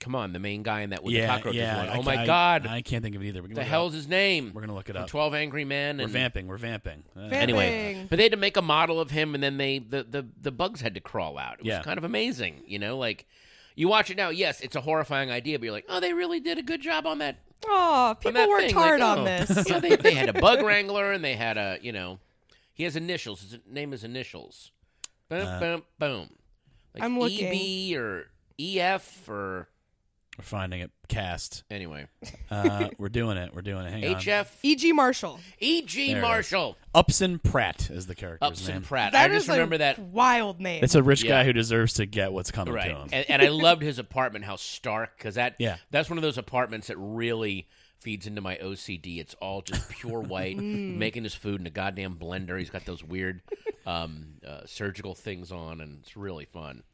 come on, the main guy in that with the cockroaches. one. I Oh my ca- I- god, I can't think of it either. We're the hell's his name? We're gonna look it From up. Twelve Angry Men. We're And vamping. We're vamping. Uh, Vamp- anyway, Vamping. but they had to make a model of him, and then they the the, the bugs had to crawl out. It was Yeah. kind of amazing, you know, like. You watch it now, yes, it's a horrifying idea, but you're like, oh, they really did a good job on that oh on people that worked thing, like, hard on oh. this Yeah, they, they had a bug wrangler and they had a, you know, he has initials. His name is initials. Boom, Uh. boom, boom. Like I'm looking. EB or EF or We're finding it. Cast. anyway. Uh, we're doing it. We're doing it. Hang on. HF eg E. marshall EG There it is. E Marshall Upson Pratt is the character's name. Upson Pratt. That I just is a remember that. wild name It's a rich Yeah. guy who deserves to get what's coming Right, to him. and, and I loved his apartment, how stark, because that Yeah. that's one of those apartments that really feeds into my OCD. It's all just pure white, making his food in a goddamn blender. He's got those weird um, uh, surgical things on, and it's really fun.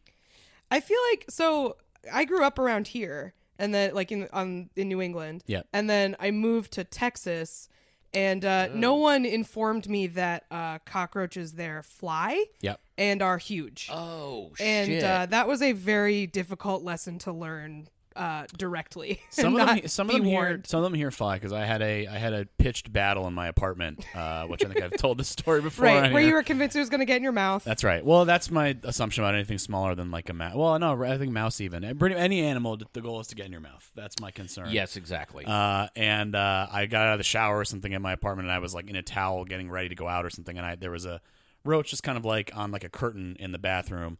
I feel like so I grew up around here and then like in on in New England. Yeah. And then I moved to Texas and uh, Oh. no one informed me that uh, cockroaches there fly Yep. and are huge. Oh and shit! uh, that was a very difficult lesson to learn uh, directly. and Some of them, not some of be them here, warned. some of them here fly because I had a I had a pitched battle in my apartment, uh, which I think I've told this story before. right, on where here. you were convinced it was going to get in your mouth. That's right. Well, that's my assumption about anything smaller than like a mouse. Well, no, I think mouse even. Eh, Pretty any animal, the goal is to get in your mouth. That's my concern. yes, exactly. Uh, and uh, I got out of the shower or something in my apartment, and I was like in a towel, getting ready to go out or something, and I there was a roach just kind of like on like a curtain in the bathroom,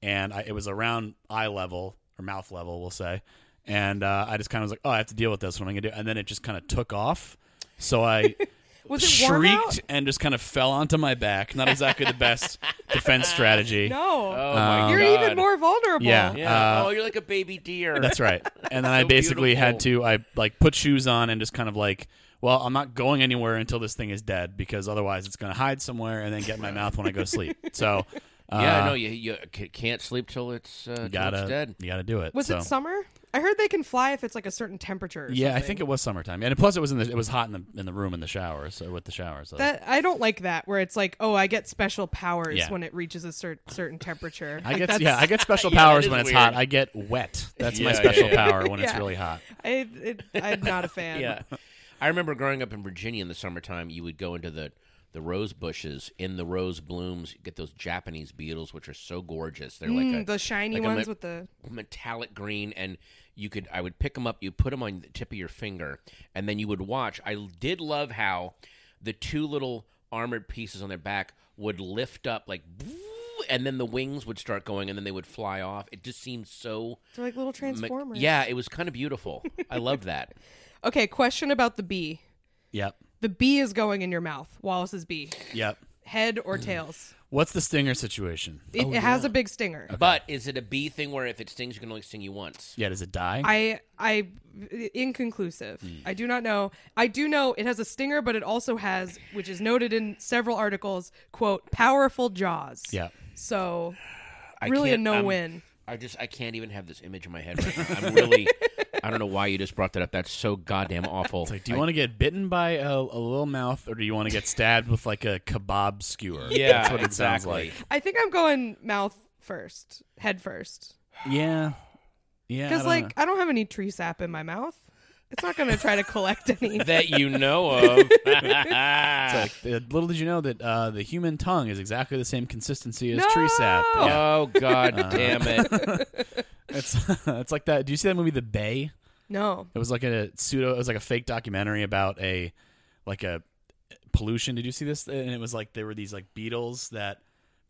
and I, it was around eye level or mouth level, we'll say, and uh, I just kind of was like, oh, I have to deal with this. What am I gonna do? And then it just kind of took off. So I. Was it warm shrieked out? and just kind of fell onto my back. Not exactly the best defense strategy. No, oh my you're god! even more vulnerable. Um, Yeah. Yeah. Uh, oh, you're like a baby deer. That's right. And then I So basically had beautiful. to I like put shoes on and just kind of like, well, I'm not going anywhere until this thing is dead because otherwise it's going to hide somewhere and then get in my mouth when I go sleep. So uh, yeah, no, you you c- can't sleep till it's uh, you till it's gotta dead. you gotta do it. Was So- it summer? I heard they can fly if it's like a certain temperature. Or Yeah, I something. think it was summertime, and plus it was in the it was hot in the in the room in the shower, so with the shower. So that I don't like that where it's like, oh, I get special powers Yeah. when it reaches a cer- certain temperature. I Like, get that's- yeah, I get special Yeah, that powers is when it's weird. hot. I get wet. That's my Yeah, special yeah, yeah. power when it's Yeah. really hot. I, it, I'm not a fan. Yeah, I remember growing up in Virginia in the summertime. You would go into the the rose bushes in the rose blooms. You get those Japanese beetles, which are so gorgeous. They're like a, Mm, the shiny like a ones lip- with the metallic green and you could i would pick them up you put them on the tip of your finger and then you would watch i did love how the two little armored pieces on their back would lift up like and then the wings would start going and then they would fly off it just seemed so they're like little me- transformers. yeah it was kind of beautiful i loved that Okay, question about the bee. Yep, The bee is going in your mouth. Wallace's bee. yep. Head Mm. or tails? What's the stinger situation? It, it has a big stinger. but is it a bee thing where if it stings you can only sting you once Yeah, does it die? I I inconclusive. I do not know. I do know it has a stinger, but it also has, which is noted in several articles, quote, powerful jaws. Yeah. So I really a can't- no I'm- win. I just I can't even have this image in my head right now. I'm really I don't know why you just brought that up. That's so goddamn awful. It's like, do you want to get bitten by a, a little mouth, or do you want to get stabbed with like a kebab skewer? Yeah, that's what it sounds exactly. like. I think I'm going mouth first, head first, Yeah, yeah. because like I don't have any tree sap in my mouth. It's not going to try to collect any. that you know of. little did you know that uh, the human tongue is exactly the same consistency as tree sap. No! Yeah. Oh god Uh-huh. damn it. It's it's like that. Do you see that movie The Bay? No. It was like a pseudo. It was like a fake documentary about a like a pollution. Did you see this? And it was like there were these like beetles that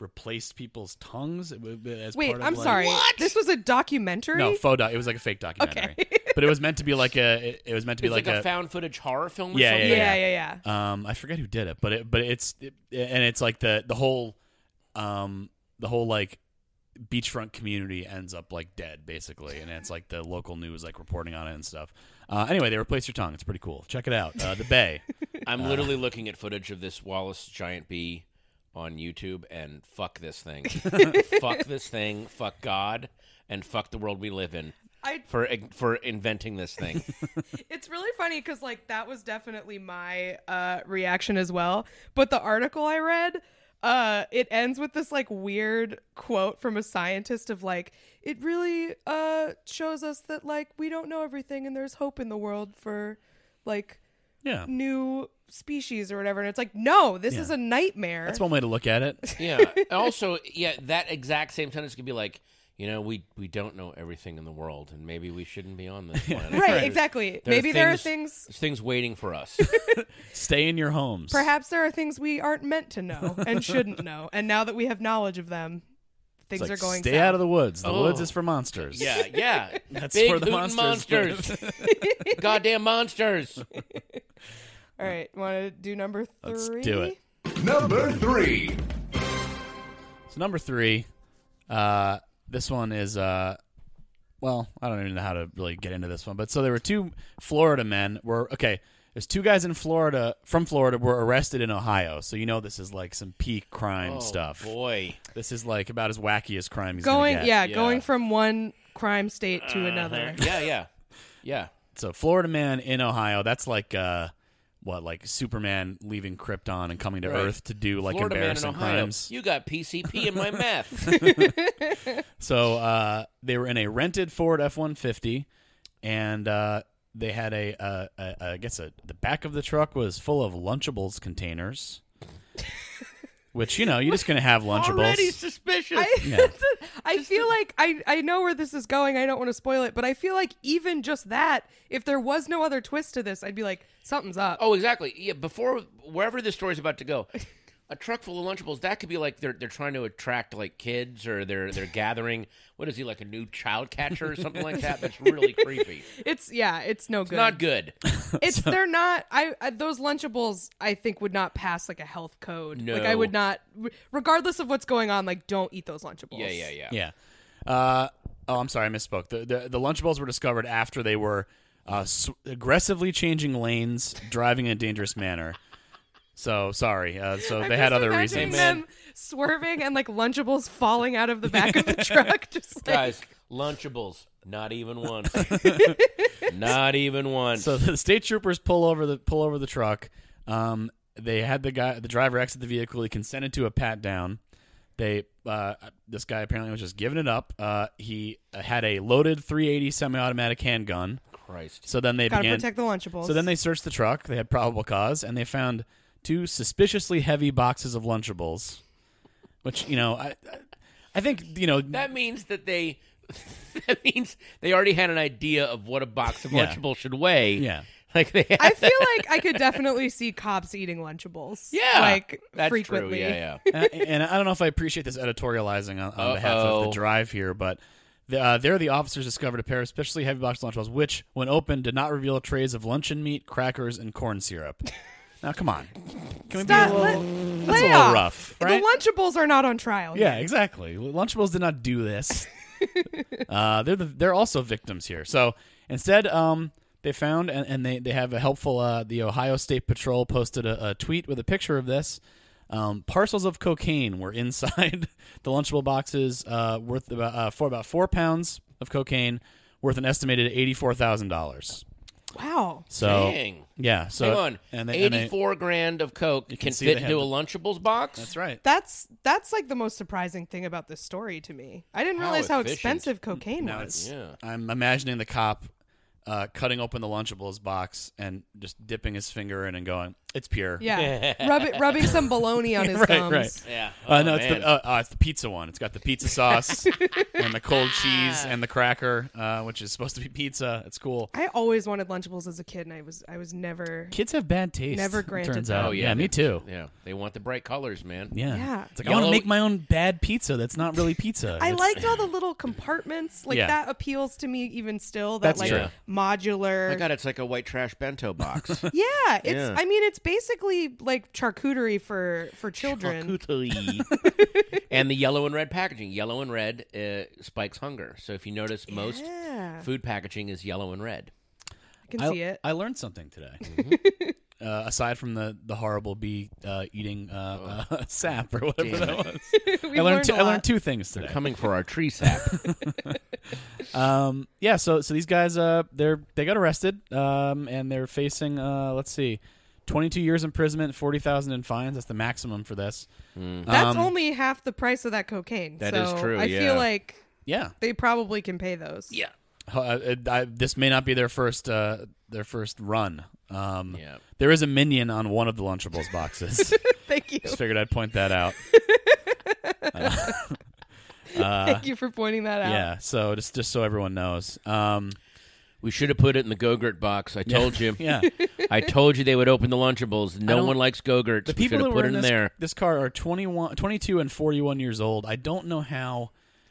replaced people's tongues. uh, As Wait, part of, I'm like- sorry. This was a documentary. No, faux doc. It was like a fake documentary, but it was meant to be like a. It, it was meant to be It's like, a, a. found footage horror film or Yeah, something. yeah, yeah, yeah. um, I forget who did it, but it, but it's it, and it's like the the whole, um, the whole like beachfront community ends up like dead basically, and it's like the local news like reporting on it and stuff. Uh, anyway, they replace your tongue. It's pretty cool. Check it out. Uh, the Bay. Uh-huh. I'm literally looking at footage of this Wallace giant bee on YouTube and fuck this thing. fuck this thing, fuck God, and fuck the world we live in I for for inventing this thing. It's really funny because like that was definitely my uh, reaction as well. But the article I read, uh, it ends with this like weird quote from a scientist of like, it really uh, shows us that like we don't know everything and there's hope in the world for like Yeah, new species or whatever. And it's like, no, this is a nightmare. that's one way to look at it. Yeah. Also, yeah, that exact same sentence could be like, you know, we we don't know everything in the world, and maybe we shouldn't be on this planet. right, exactly. There Maybe there are things. there's things waiting for us. Stay in your homes. Perhaps there are things we aren't meant to know and shouldn't know. And now that we have knowledge of them, things It's like, are going stay south. out of the woods. The Oh. woods is for monsters. yeah, yeah. That's Big where the hootin' monsters monsters. Goddamn monsters. All right, want to do number 3 Let's do it. Number three. So number three, uh, this one is uh, well, I don't even know how to really get into this one, but so there were two Florida men were okay. There's two guys in Florida from Florida were arrested in Ohio, so you know this is like some peak crime stuff. Oh, Boy. This is like about as wacky as crime. He's Going, gonna get. yeah, Yeah. going from one crime state to another. Yeah, yeah. Yeah. So Florida man in Ohio, that's like uh, what like Superman leaving Krypton and coming to Right. Earth to do like Florida man in embarrassing Ohio. crimes. You got PCP in my meth. So uh, they were in a rented Ford F one fifty, and uh, they had a, uh, a, a I guess a, the back of the truck was full of Lunchables containers, which you know you're just gonna have Already Lunchables. suspicious. I, Yeah. I feel like I, I know where this is going. I don't want to spoil it, but I feel like even just that, if there was no other twist to this, I'd be like, something's up. Oh, exactly. Yeah, before wherever this story's about to go, a truck full of Lunchables that could be like they're they're trying to attract like kids or they're they're gathering. What is he like a new child catcher or something like that? That's really creepy. It's yeah, it's no good. Not good. It's they're not. I, I those Lunchables I think would not pass like a health code. No. Like I would not, re- regardless of what's going on. Like don't eat those Lunchables. Yeah, yeah, yeah. Yeah. Uh, oh, I'm sorry, I misspoke. The, the the Lunchables were discovered after they were uh, s aggressively changing lanes, driving in a dangerous manner. So sorry. Uh, so I'm they had just other imagining reasons. Them swerving and like Lunchables falling out of the back of the truck. Just like, Guys, Lunchables, not even one. not even one. So the state troopers pull over the pull over the truck. Um, they had the guy, the driver, exit the vehicle. He consented to a pat down. They, uh, this guy apparently was just giving it up. Uh, he had a loaded 380 semi-automatic handgun. Christ. So then they gotta began. protect the Lunchables. So then they searched the truck. They had probable cause, and they found two suspiciously heavy boxes of Lunchables, which you know, I, I- I think you know, That means that they. that means they already had an idea of what a box of Yeah. Lunchables should weigh. yeah, Like they. Had I feel like I could definitely see cops eating Lunchables. yeah. like that's frequently. True. Yeah, yeah. and, and I don't know if I appreciate this editorializing on, on behalf of the Uh-oh. drive here, but. The, uh, there, the officers discovered a pair of especially heavy box lunchables, which, when opened, did not reveal trays of luncheon meat, crackers, and corn syrup. now, come on, can we Stop. be a little, let- that's a lay little off. rough, right? The Lunchables are not on trial. Yeah, exactly. Lunchables did not do this. uh, they're the, they're also victims here. So instead, um, they found and, and they, they have a helpful. Uh, the Ohio State Patrol posted a, a tweet with a picture of this. Um, parcels of cocaine were inside the Lunchable boxes, uh, worth about uh, for about four pounds of cocaine, worth an estimated eighty four thousand dollars. Wow. So Dang. yeah, so Hang on. and they, and they- 84 grand of Coke can, can see fit they had into a the- Lunchables box? that's right. That's that's like the most surprising thing about this story to me. I didn't How realize how efficient. expensive cocaine No, it's. was. Yeah. I'm imagining the cop uh, cutting open the Lunchables box and just dipping his finger in and going, "It's pure." Yeah, Rub it, rubbing some bologna on his Right, thumbs. right. Yeah. Uh, Oh, no, it's man. the uh, uh, it's the pizza one. It's got the pizza sauce and the cold cheese and the cracker, uh, which is supposed to be pizza. It's cool. I always wanted Lunchables as a kid, and I was I was never. Kids have bad taste. Never it granted Turns them. out. Oh, yeah, me they- too. Yeah. They want the bright colors, man. Yeah. Yeah. It's like I want to Yellow- make my own bad pizza that's not really pizza. I It's- liked all the little compartments. Like Yeah. that appeals to me even still. That That's like true. modular. Oh My God, it's like a white trash bento box. Yeah, it's. Yeah. I mean, it's basically like charcuterie for for children. Charcuterie. Oh, and the yellow and red packaging. Yellow and red uh, spikes hunger. So if you notice, most Yeah. food packaging is yellow and red. I can I, see it. I learned something today. Mm-hmm. uh, aside from the the horrible bee uh, eating uh, Oh. uh, sap or whatever that was, We've I learned, learned two, a I learned lot. two things today. Coming for our tree sap. Um, yeah, so so these guys uh they're they got arrested um and they're facing uh let's see, twenty two years imprisonment, forty thousand in fines. That's the maximum for this. That's um, only half the price of that cocaine. That so is true, I yeah. feel like Yeah, they probably can pay those. yeah. Uh, uh, I- this may not be their first uh their first run. Um, Yeah. there is a minion on one of the Lunchables boxes. Thank you. Just figured I'd point that out. Thank you for pointing that out. Uh, Yeah, so just just so everyone knows. Um, We should have put it in the Go-Gurt box. I told you. yeah. I told you they would open the Lunchables. I No don't- one likes Go-Gurts. The we people that should have were put it in in this, there. this car are 21, 22 and 41 years old. I don't know how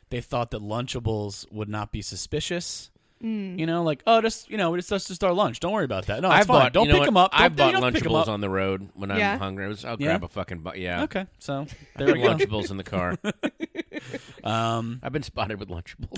they thought that Lunchables would not be suspicious. Mm. You know, like, oh, just, you know, it's, that's just our lunch. Don't worry about that. No, Oh, it's I fine. bought. don't you know pick what? them up. I Don't- bought you don't pick 'em Lunchables up. on the road when Yeah. I'm hungry. I was, I'll Yeah. grab a fucking. Bu- yeah. Okay, so there There we go. Lunchables in the car. um, I've been spotted with Lunchables.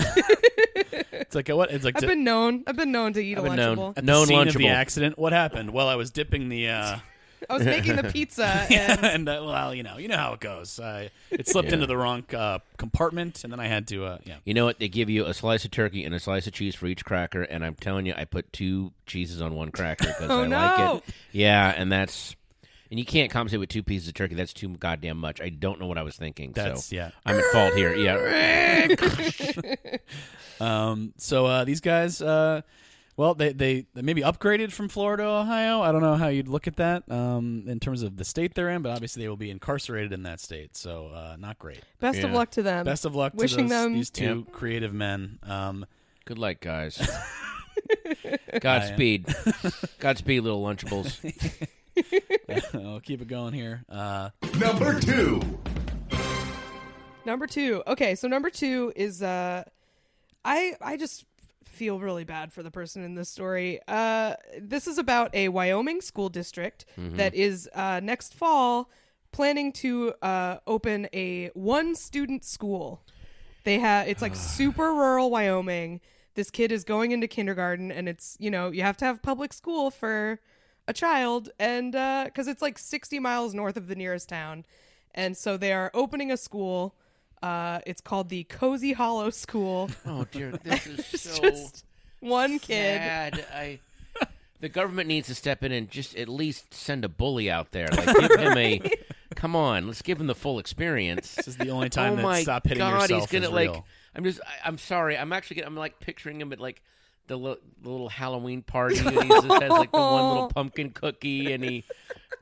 It's like a, what? It's like I've to- been known. I've been known to eat a been lunchable. known. at the known scene of the Lunchable. accident. What happened? Well, I was dipping the uh, I was making the pizza. And and uh, well, you know, you know how it goes. Uh, it slipped into the wrong uh, compartment, and then I had to. Uh, yeah, You know what? They give you a slice of turkey and a slice of cheese for each cracker, and I'm telling you, I put two cheeses on one cracker because Oh, I no. like it. Yeah, and that's and you can't compensate with two pieces of turkey. That's too goddamn much. I don't know what I was thinking. That's- so yeah. I'm at fault here. Yeah, Um, so uh, these guys, uh, well, they, they they maybe upgraded from Florida to Ohio. I don't know how you'd look at that um, in terms of the state they're in, but obviously they will be incarcerated in that state, so uh, not great. best of Yeah. luck to them. Best of luck to Wishing those, them these two creative men. Um, good luck, guys. Godspeed, Godspeed, little Lunchables. I'll keep it going here. Uh, Number two. Number two. Okay, so number two is uh I I just feel really bad for the person in this story. Uh this is about a Wyoming school district that is uh next fall planning to uh open a one student school. They have it's Ah. like super rural Wyoming. This kid is going into kindergarten and it's, you know, you have to have public school for a child and uh cuz it's like 60 miles north of the nearest town. And so they are opening a school. Uh it's called the Cozy Hollow School. Oh dear, this is it's so just one kid. sad. I. The government needs to step in and just at least send a bully out there. Like give him a, come on, let's give him the full experience. this is the only time oh that my stop hitting God, yourself he's gonna is like. real. I'm just. I, I'm sorry. I'm actually. Gonna, I'm like picturing him at like the, li- the little Halloween party. and he just has like the one little pumpkin cookie, and he.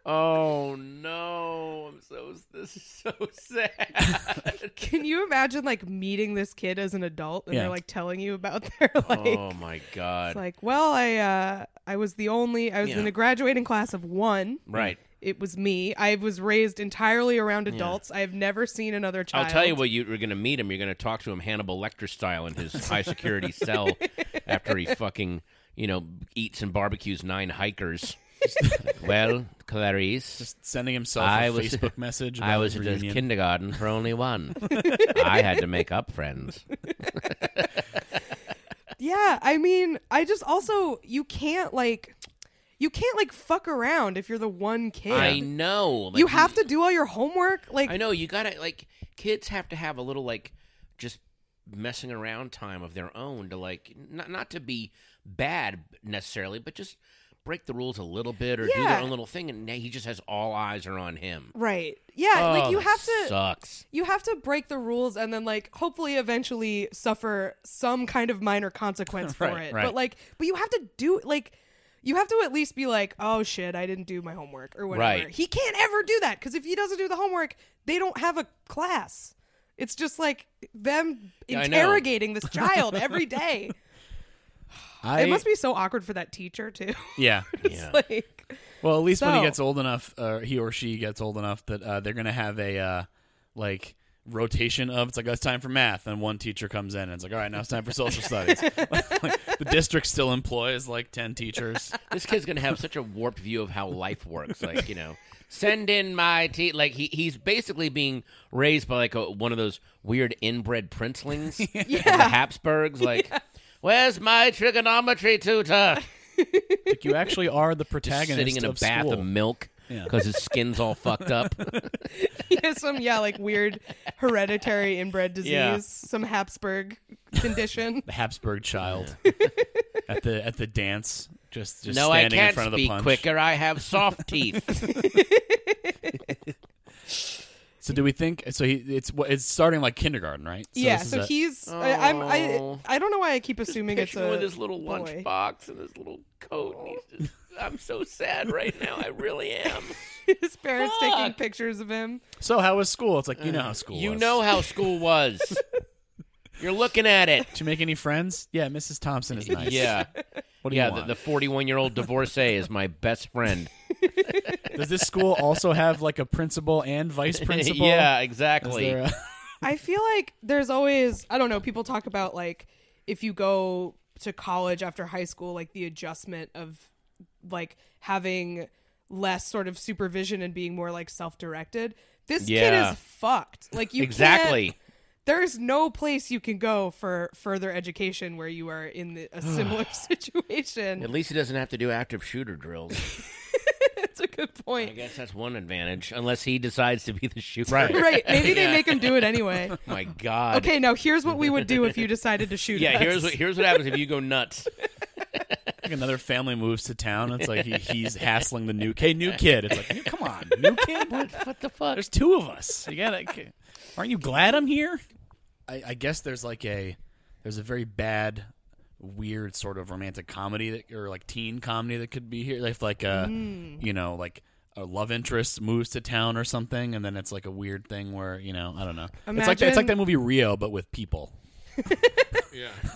Oh no! I'm so. This is so sad. Can you imagine like meeting this kid as an adult and Yeah. they're like telling you about their like oh my God! it's like, well, I uh I was the only I was Yeah. in a graduating class of one. right. It was me. I was raised entirely around adults. I have never seen another child. I'll tell you what you, you're going to meet him. You're going to talk to him Hannibal Lecter style in his high security cell after he fucking you know eats and barbecues nine hikers. well, Clarice, Just sending himself I a was- Facebook message. About I was his at reunion. kindergarten for only one. I had to make up friends. Yeah, I mean, I just also you can't like you can't like fuck around if you're the one kid. I know. like, you have to do all your homework. Like I know you gotta like kids have to have a little like just messing around time of their own to like not not to be bad necessarily, but just break the rules a little bit or do Yeah. their own little thing. And now he just has all eyes are on him. right. Yeah, Oh, like you that have to sucks. you have to break the rules and then like hopefully eventually suffer some kind of minor consequence for Right, it. right. But like but you have to do like you have to at least be like, "Oh shit, I didn't do my homework" or whatever. Right. He can't ever do that cuz if he doesn't do the homework, they don't have a class. It's just like them I know. interrogating this child every day. I, it must be so awkward for that teacher too. Yeah. Yeah. like Well, at least when he So- gets old enough, or he or she gets old enough that uh, they're gonna have a uh, like rotation of it's like oh, it's time for math, and one teacher comes in and it's like all right now it's time for social studies. Like, the district still employs like ten teachers. This kid's gonna have such a warped view of how life works. Like you know, send in my tea. Like he, he's basically being raised by like a, one of those weird inbred princelings, of the Habsburgs. Like, where's my trigonometry tutor? Like you actually are the Just protagonist sitting in a of bath school. of milk Yeah. because his skin's all fucked up. he has some yeah, like weird hereditary inbred disease, Yeah. some Habsburg condition. the Habsburg child at the at the dance, just just no, I standing can't in front of the speak punch. quicker. I have soft teeth. So do we think? So he it's it's starting like kindergarten, right? So yeah, this is so a- he's. I, I'm. I. Oh. I don't know why I keep assuming it's Picture a with his little boy. lunchbox and his little coat. And he's just, I'm so sad right now. I really am. His parents taking Fuck. pictures of him. so how was school? It's like you know how school. You was. know how school was. You're looking at it. Did you make any friends? Yeah, Mrs. Thompson is nice. Yeah. What do Yeah, you the- want? the 41 year old divorcee is my best friend. Does this school also have like a principal and vice principal? yeah, Is exactly. there a- I feel like there's always. I don't know. People talk about like if you go to college after high school, like the adjustment of like having less sort of supervision and being more like self-directed. This kid Yeah. is fucked. Like you can't- exactly. there's no place you can go for further education where you are in the, a similar situation. At least he doesn't have to do active shooter drills. That's a good I point. guess that's one advantage, unless he decides to be the shooter. Right. Right. Maybe they make him do it anyway. My God. Okay, now here's what we would do if you decided to shoot Yeah. us. Here's what here's what happens if you go nuts. Like another family moves to town. It's like he, he's hassling the new kid. New kid. It's like, come on, new kid. What, What the fuck? There's two of us. You gotta. Aren't you glad I'm here? I, I guess there's like a there's a very bad, weird sort of romantic comedy that or like teen comedy that could be here. Like if like a you know like a love interest moves to town or something, and then it's like a weird thing where you know I don't know. It's like it's like Imagine- that movie Rio, but with people.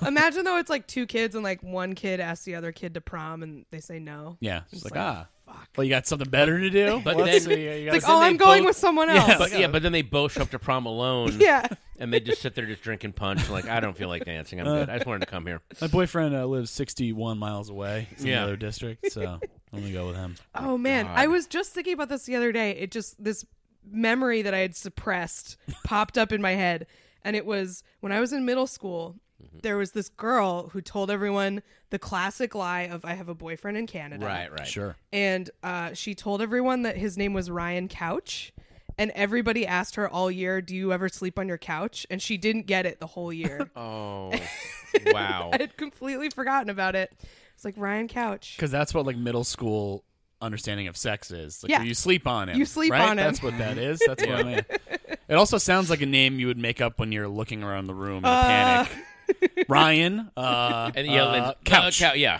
Imagine though it's like two kids and like one kid asks the other kid to prom and they say no. Yeah, it's, like, like, ah, well you got something better to do. But Let's then- see, you It's gotta- like, oh, they I'm going both- with someone Yeah, else. But yeah, but then they both show up to prom alone. yeah. And they just sit there just drinking punch. Like I don't feel like dancing. I'm good. I just wanted to come here. My boyfriend uh, lives 61 miles away. He's in Yeah. another district, so I'm gonna go with him. Oh man, I was just thinking about this the other day. It just this memory that I had suppressed popped up in my head, and it was when I was in middle school. Mm-hmm. There was this girl who told everyone the classic lie of "I have a boyfriend in Canada," Right. Right. Sure. And uh, she told everyone that his name was Ryan Couch, and everybody asked her all year, "Do you ever sleep on your couch?" And she didn't get it the whole year. Oh. Wow. I had completely forgotten about it. It's like Ryan Couch. Because that's what like middle school understanding of sex is. Like Yeah. you sleep on him. You sleep right? on him. That's what that is. That's what I mean. It also sounds like a name you would make up when you're looking around the room in Uh. a panic. Ryan, uh, And yeah, uh, uh, couch. cow- yeah.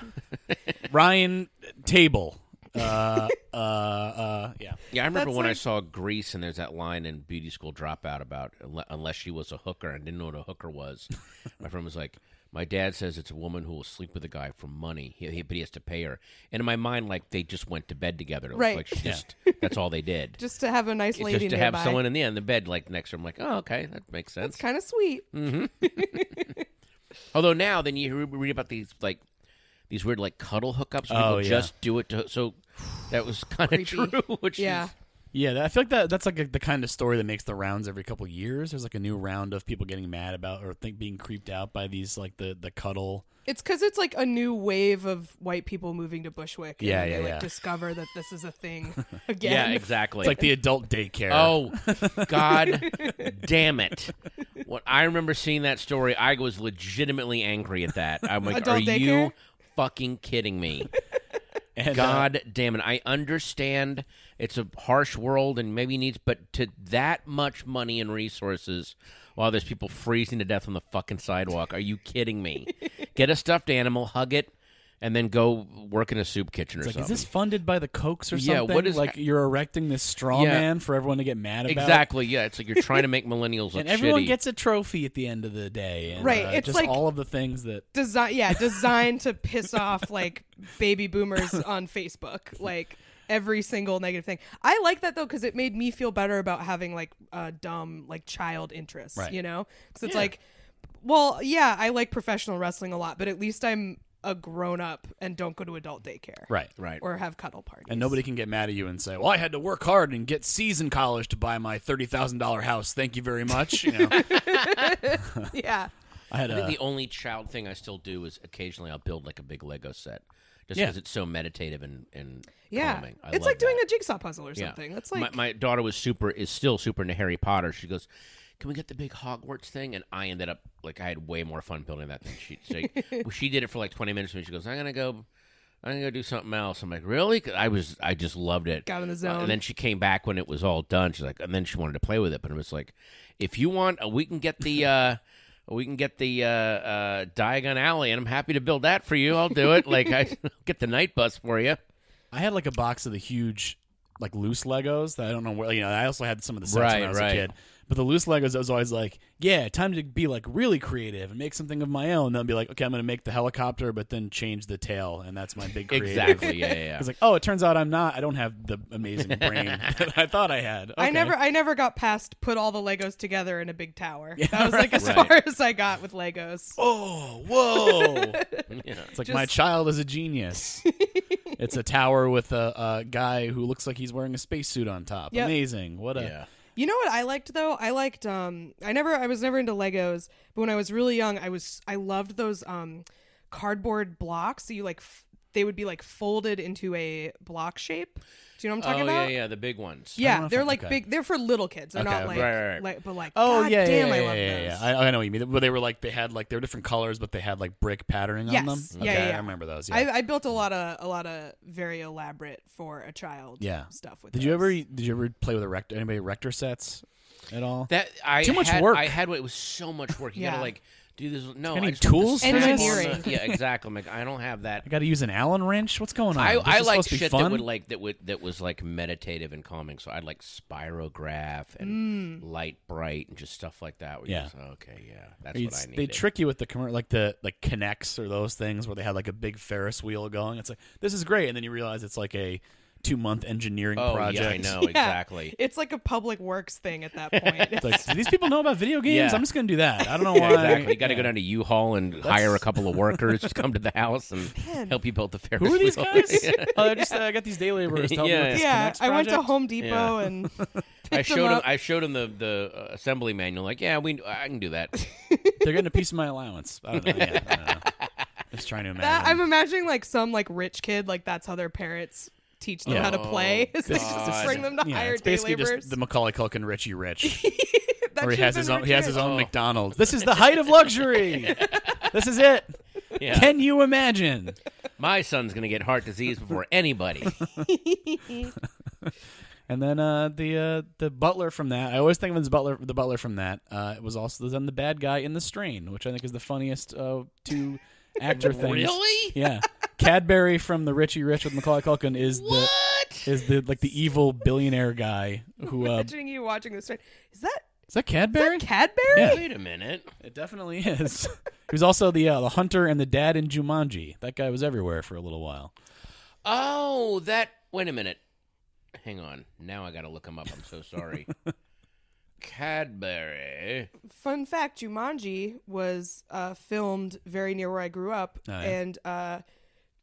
Ryan, table. Uh, uh, uh, yeah. Yeah, I remember That's when I like- saw Grease, and there's that line in Beauty School Dropout about "Unle- unless she was a hooker, and didn't know what a hooker was. My friend was like, "My dad says it's a woman who will sleep with a guy for money, he, he- but he has to pay her." And in my mind, like they just went to bed together. It was Right. Like she just that's all they did. Just to have a nice It's lady just to nearby. have someone in the in the bed like next to her. I'm like, oh, okay, that makes sense. It's kind of sweet. Mm, Although now, then you re- read about these like these weird like cuddle hookups. Where Oh, people yeah. just do it to so. That was kind of Creepy. true. Which Yeah. is, Yeah, that- I feel like that that's like a, the kind of story that makes the rounds every couple years. There's like a new round of people getting mad about or think being creeped out by these like the the cuddle. It's because it's like a new wave of white people moving to Bushwick. and Yeah, then yeah, they, like, yeah. Discover that this is a thing yeah, again. exactly. It's like the adult daycare. Oh God, damn it! When I remember seeing that story, I was legitimately angry at that. I'm like, Adult are daycare? you fucking kidding me? and, uh, God damn it! I understand it's a harsh world and maybe needs, but to that much money and resources, while there's people freezing to death on the fucking sidewalk, are you kidding me? Get a stuffed animal, hug it, and then go work in a soup kitchen or It's like, is something. this funded by the Cokes or Yeah, something? what is- like you're erecting this straw Yeah. man for everyone to get mad about? exactly? Yeah, it's like you're trying to make millennials look And everyone shitty. gets a trophy at the end of the day. and, Right, uh, it's just like- all of the things that. Design, yeah, designed to piss off like baby boomers on Facebook, like every single negative thing. I like that though because it made me feel better about having like uh, dumb like child interests, Right. you know? Because it's like, well, yeah, I like professional wrestling a lot, but at least I'm a grown up and don't go to adult daycare, Right. right. Or have cuddle parties, And nobody can get mad at you and say, "Well, I had to work hard and get C's in college to buy my thirty thousand dollar house. Thank you very much." You know, yeah. I had I think a the only child thing I still do is occasionally I'll build like a big Lego set, just Yeah. because it's so meditative and and Yeah, calming. I it's love like doing that. a jigsaw puzzle or Yeah. something. That's like my, my daughter was super is still super into Harry Potter. She goes, "Can we get the big Hogwarts thing?" And I ended up like I had way more fun building that than she. She, she did it for like twenty minutes, and she goes, "I'm gonna go." I'm gonna go do something else. I'm like, really? 'Cause I was, I just loved it. Got in the Uh, zone. and then she came back when it was all done. She's like, and then she wanted to play with it, but it was like, if you want, uh, we can get the, uh, we can get the uh, uh, Diagon Alley, and I'm happy to build that for you. I'll do it. like, I get the night bus for you. I had like a box of the huge like loose Legos that I don't know where you know I also had some of the sets when Right, I was right. a kid. But the loose Legos I was always like, yeah, time to be like really creative and make something of my own. Then I'd be like, okay, I'm gonna make the helicopter, but then change the tail, and that's my big creative. Exactly. Yeah, yeah. yeah. It's like, oh, it turns out I'm not. I don't have the amazing brain that I thought I had. I Okay. never, I never got past put all the Legos together in a big tower. that was like as right. far as I got with Legos. Oh, whoa! Yeah. It's like my child is a genius. it's a tower with a, a guy who looks like he's wearing a spacesuit on top. Yep. Amazing! What a Yeah. You know what I liked though? I liked um I never I was never into Legos, but when I was really young, I was I loved those um cardboard blocks that you like f- they would be like folded into a block shape. Do you know what I'm Oh talking yeah, about? yeah, the big ones. Yeah, don't know if they're I- like okay. big. They're for little kids. They're Okay, not like, right, right. like, but like, Oh God yeah, damn, yeah, I yeah, love yeah, yeah. those. I, I know what you mean. But they were like they had like they were different colors, but they had like brick patterning Yes. on them. Yeah, okay, yeah, yeah. I remember those. Yeah. I, I built a lot of a lot of very elaborate for a child. Yeah. stuff with. did you ever those. did you ever play with a rector anybody rector sets at all? That I Too much had- work. I had it was so much work. You Yeah. gotta like do this. No, Any I just want tools this for simple this? on the- Engineering. yeah, exactly. I'm like, I don't have that. I got to use an Allen wrench. What's going on? I, This I is like supposed to be shit fun? that would like that would that was like meditative and calming. So I'd like spirograph and light bright and just stuff like that. Where Mm. Yeah. yeah. Just, okay. Yeah. That's You'd- what I needed. they trick you with the commer- like the like connects or those things where they had like a big Ferris wheel going. It's like this is great, and then you realize it's like a two month engineering Oh project. yeah, I know Yeah. exactly. It's like a public works thing at that point. It's like, do these people know about video games? Yeah. I'm just gonna do that. I don't know Yeah, why. exactly. You got to go down to U-Haul and hire a couple of workers to come to the house and help you build the Ferris Who are these wheel. guys? oh, I just uh, I got these day laborers. to help me Yeah. with this yeah, Connects I went to project. Home Depot Yeah. and I picked 'em showed him. up. I showed him the the uh, assembly manual. Like, yeah, we I can do that. They're getting a piece of my allowance. I don't know. Yeah, I don't know. Just trying to imagine. that. I'm imagining like some like rich kid like that's how their parents teach them Yeah. how to play. Oh, Is they just God. bring them to yeah, hire it's day basically laborers. just the Macaulay Culkin Richie Rich. That Or he should've has his been own. Rich He has his Rich. own uh, McDonald's. This is the height of luxury. this is it. Yeah. Can you imagine? My son's gonna get heart disease before anybody. And then uh, the uh, the butler from that. I always think of him as butler. The butler from that uh, was also then the bad guy in The Strain, which I think is the funniest uh, two actor things. really? Yeah. Cadbury from the Richie Rich with Macaulay Culkin is What? the is the like the evil billionaire guy who uh, Imagining you watching this. right- Is that is that Cadbury? is that Cadbury? Yeah. Wait a minute. It definitely is. he was also the uh, the hunter and the dad in Jumanji. That guy was everywhere for a little while. Oh, that. Wait a minute. Hang on. Now I gotta look him up. I'm so sorry. Cadbury. Fun fact: Jumanji was uh, filmed very near where I grew up, Oh, yeah? and uh,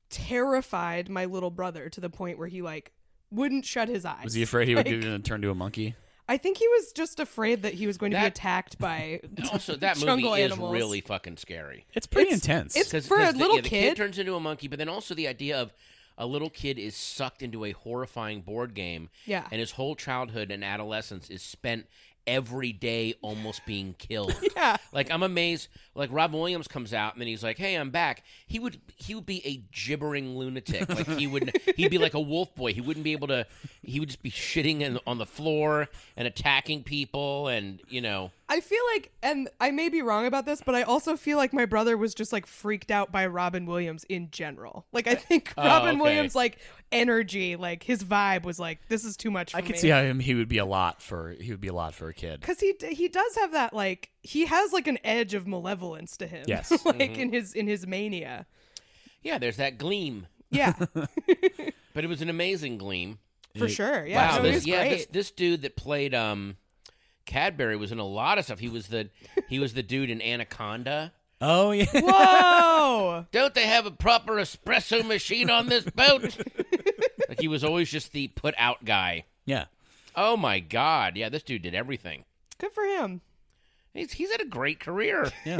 terrified my little brother to the point where he like wouldn't shut his eyes. Was he afraid he would Like- give- turn to a monkey? I think he was just afraid that he was going to be That- attacked by. Also, that movie Jungle is animals. really fucking scary. It's pretty It's- intense. it's- 'Cause- For 'cause a the- little yeah, the kid kid? turns into a monkey, but then also the idea of a little kid is sucked into a horrifying board game. Yeah. And his whole childhood and adolescence is spent every day almost being killed. Yeah. Like I'm amazed. Like Rob Williams comes out and then he's like, "Hey, I'm back." He would he would be a gibbering lunatic. Like he would he'd be like a wolf boy. He wouldn't be able to. He would just be shitting in, on the floor and attacking people and you know. I feel like, and I may be wrong about this, but I also feel like my brother was just like freaked out by Robin Williams in general. Like Eh, I think oh, Robin okay. Williams like energy, like his vibe was like this is too much. For I could see how him he would be a lot for he would be a lot for a kid. because he he does have that like he has like an edge of malevolence to him. Yes. Mm-hmm. like in his in his mania. Yeah, there's that gleam, Yeah, but it was an amazing gleam. for sure. Yeah, Wow, no, he this, was yeah, great. this, this dude that played um, Cadbury was in a lot of stuff. He was the he was the dude in Anaconda. Oh yeah. Whoa. Don't they have a proper espresso machine on this boat? like he was always just the put out guy. Yeah. Oh my god, yeah, this dude did everything. Good for him. He's he's had a great career. Yeah.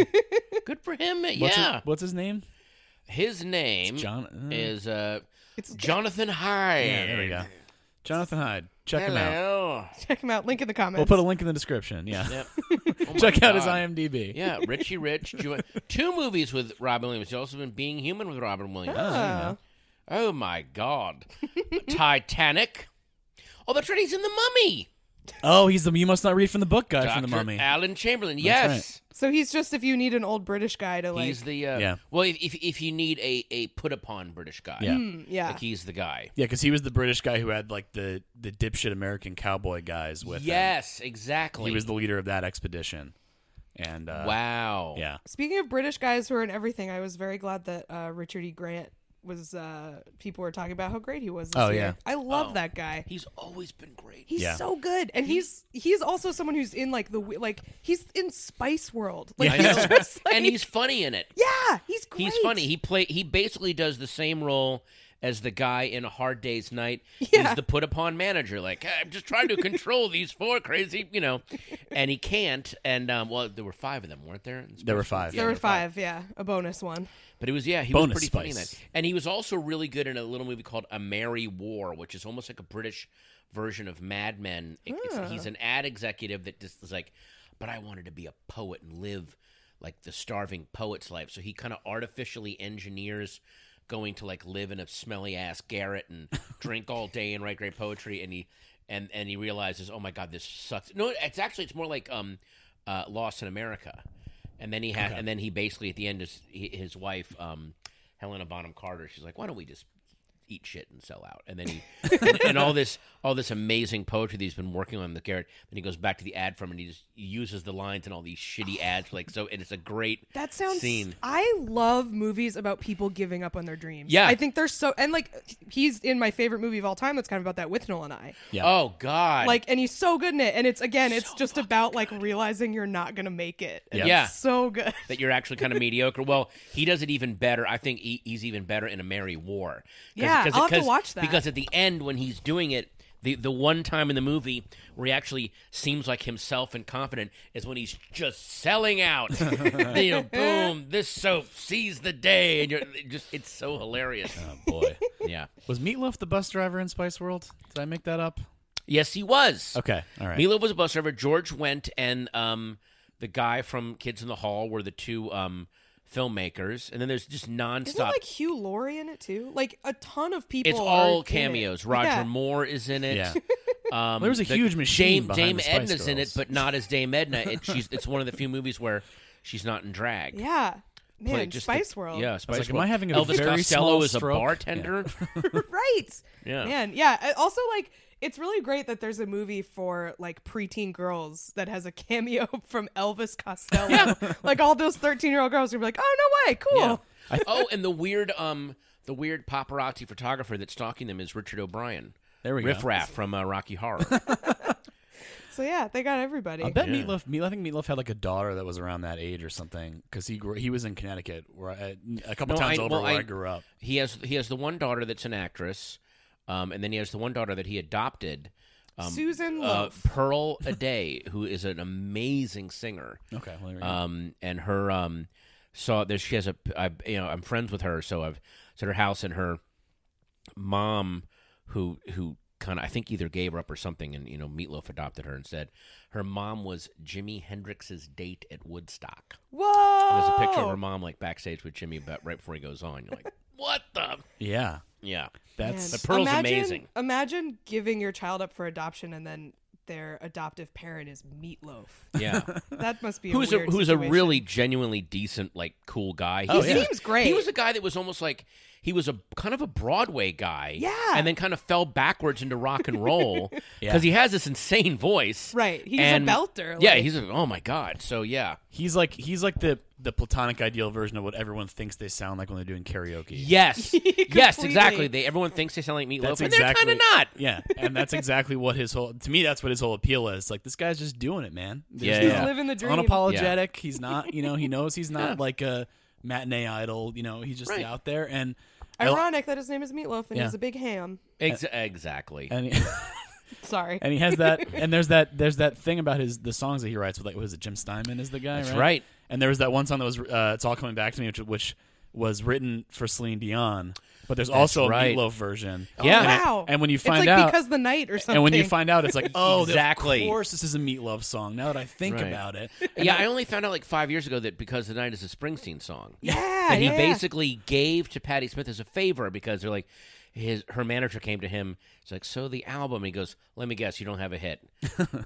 Good for him. What's yeah, His, what's his name? his, name John. uh, is uh, It's Jonathan Hyde. yeah, there we go. Jonathan Hyde. Check him out. Hello. check him out. Link in the comments. We'll put a link in the description. Yeah. Yep. Oh Check out his God. IMDb. Yeah, Richie Rich. Ju- Two movies with Robin Williams. He's also been Being Human with Robin Williams. Oh, I Uh, know. Oh my God. Titanic. Oh, that's right. He's in The Mummy. Oh, he's the you must not read from the book guy from Dr. the mummy. Alan Chamberlain. Yes. So he's just if you need an old British guy to like. He's the. Uh, Yeah. Well, if, if, if you need a, a put upon British guy, Yeah. Mm, yeah. like he's the guy. Yeah, because he was the British guy who had like the the dipshit American cowboy guys with him. yes, exactly. He was the leader of that expedition. And uh, wow. yeah, Speaking of British guys who are in everything, I was very glad that uh, Richard E. Grant was. Uh, people were talking about how great he was. This Oh, year. yeah. I love Oh. that guy. He's always been great. He's Yeah. so good, and he's he's also someone who's in like the wi- like he's in Spice World. Like, Yeah, I he's know. just, like- and he's funny in it. yeah, he's great. He's funny. He play. He basically does the same role as the guy in A Hard Day's Night. Yeah. He's the put upon manager. Like, "Hey, I'm just trying to control these four crazy, you know, and he can't. And, um, well, there were five of them, weren't there? in There were Space Force? five. Yeah, there were five, yeah, a bonus one. But it was yeah, he Bonus was pretty funny in spice. that. And he was also really good in a little movie called A Merry War, which is almost like a British version of Mad Men. It- it's- He's an ad executive that just is like, but I wanted to be a poet and live like the starving poet's life. So he kind of artificially engineers going to like live in a smelly ass garret and drink all day and write great poetry and he and and he realizes, "Oh my god, this sucks." No, it's actually it's more like um uh Lost in America. And then he had, and then he basically at the end is he, his wife, um, Helena Bonham Carter. She's like, why don't we just eat shit and sell out? And then he, and, and all this, all this amazing poetry that he's been working on the Garrett. Then he goes back to the ad from, and he just uses the lines and all these shitty ads, like so. And it's a great That sounds. scene. I love movies about people giving up on their dreams. Yeah. I think they're so. And like, he's in my favorite movie of all time. That's kind of about that with Nolan and I. Yeah. Oh God! Like, and he's so good in it. And it's again, it's just about like realizing you're not gonna make it. And Yeah. it's Yeah. so good. that you're actually kind of mediocre. Well, he does it even better. I think he, he's even better in a merry war. 'Cause- Yeah, I'll have to 'cause- watch that. Because at the end, when he's doing it, the the one time in the movie where he actually seems like himself and confident is when he's just selling out. you know, boom, this soap sees the day, and you're it just it's so hilarious. Oh boy. Yeah. was Meatloaf the bus driver in Spice World? Did I make that up? Yes, he was. Okay. All right. Milo was a bus driver. George went and um, the guy from Kids in the Hall were the two um, filmmakers, and then there's just nonstop. Isn't like Hugh Laurie in it too? Like a ton of people. It's are all in it. cameos. Roger Yeah. Moore is in it. yeah. Um, There was a huge machine Dame, behind Dame the Spice Edna's in it, Girls. but not as Dame Edna. It, she's it's one of the few movies where she's not in drag. Yeah. Man, Play just the- Spice World. Yeah, Spice like, am World. I having a Elvis very Costello small is stroke? a bartender. right. Yeah. Man, yeah. I- Also, like, it's really great that there's a movie for like preteen girls that has a cameo from Elvis Costello. Like all those 13 year old girls would be like, oh no way, cool. Yeah. oh, and the weird um the weird paparazzi photographer that's stalking them is Richard O'Brien. There we go. Riff Raff from uh, Rocky Horror. So yeah, they got everybody. I bet Meatloaf, Meatloaf. I think Meatloaf had like a daughter that was around that age or something because he grew, he was in Connecticut where I, a couple No, times I- over well, where I, I- grew up. he has he has the one daughter that's an actress, um, and then he has the one daughter that he adopted. Um, Susan uh, Loaf. Pearl Aday, who is an amazing singer. Okay, well, there we go. Um, and her um, saw there she has a I, you know I'm friends with her, so I've it's at her house and her mom who who kind of I think either gave her up or something, and you know Meatloaf adopted her and said her mom was Jimi Hendrix's date at Woodstock. Whoa. There's a picture of her mom like backstage with Jimmy, but right before he goes on, you're like, what the yeah, yeah. that's The Pearl's imagine, amazing. Imagine giving your child up for adoption and then their adoptive parent is meatloaf. Yeah, That must be who's a a, weird who's a situation. really genuinely decent like cool guy. He yeah. seems great. He was a guy that was almost like he was a kind of a Broadway guy. Yeah. and then kind of fell backwards into rock and roll because Yeah. he has this insane voice. Right, he's a and- belter, Yeah, like- he's a, oh my god. So yeah, he's like he's like the the platonic ideal version of what everyone thinks they sound like when they're doing karaoke. yes, yes, Completely. exactly. They everyone thinks they sound like Meatloaf, That's but exactly they're kind of not. Yeah, and that's exactly what his whole to me that's what his whole appeal is. Like this guy's just doing it, man. There's Yeah, no- yeah. He's living the dream. Unapologetic. He's not, you know, he knows he's not like a matinee idol, you know, he's just Right. out there and ironic that his name is meatloaf and Yeah. he's a big ham. Ex- exactly. and he- Sorry. and he has that and there's that there's that thing about his the songs that he writes with like was it Jim Steinman is the guy That's right? right. and there was that one song that was uh, it's all coming back to me which, which was written for Celine Dion but there's also a right. Oh, Meatloaf version Yeah. and, it- Wow. and when you It's find like out because the night or something. and when you find out it's like oh Exactly. of course this is a Meatloaf song now that I think Right. about it yeah, I only found out like five years ago that because the night is a Springsteen song. yeah, that he yeah. basically gave to Patti Smith as a favor because they're like his her manager came to him. It's like so the album. He goes, let me guess, you don't have a hit.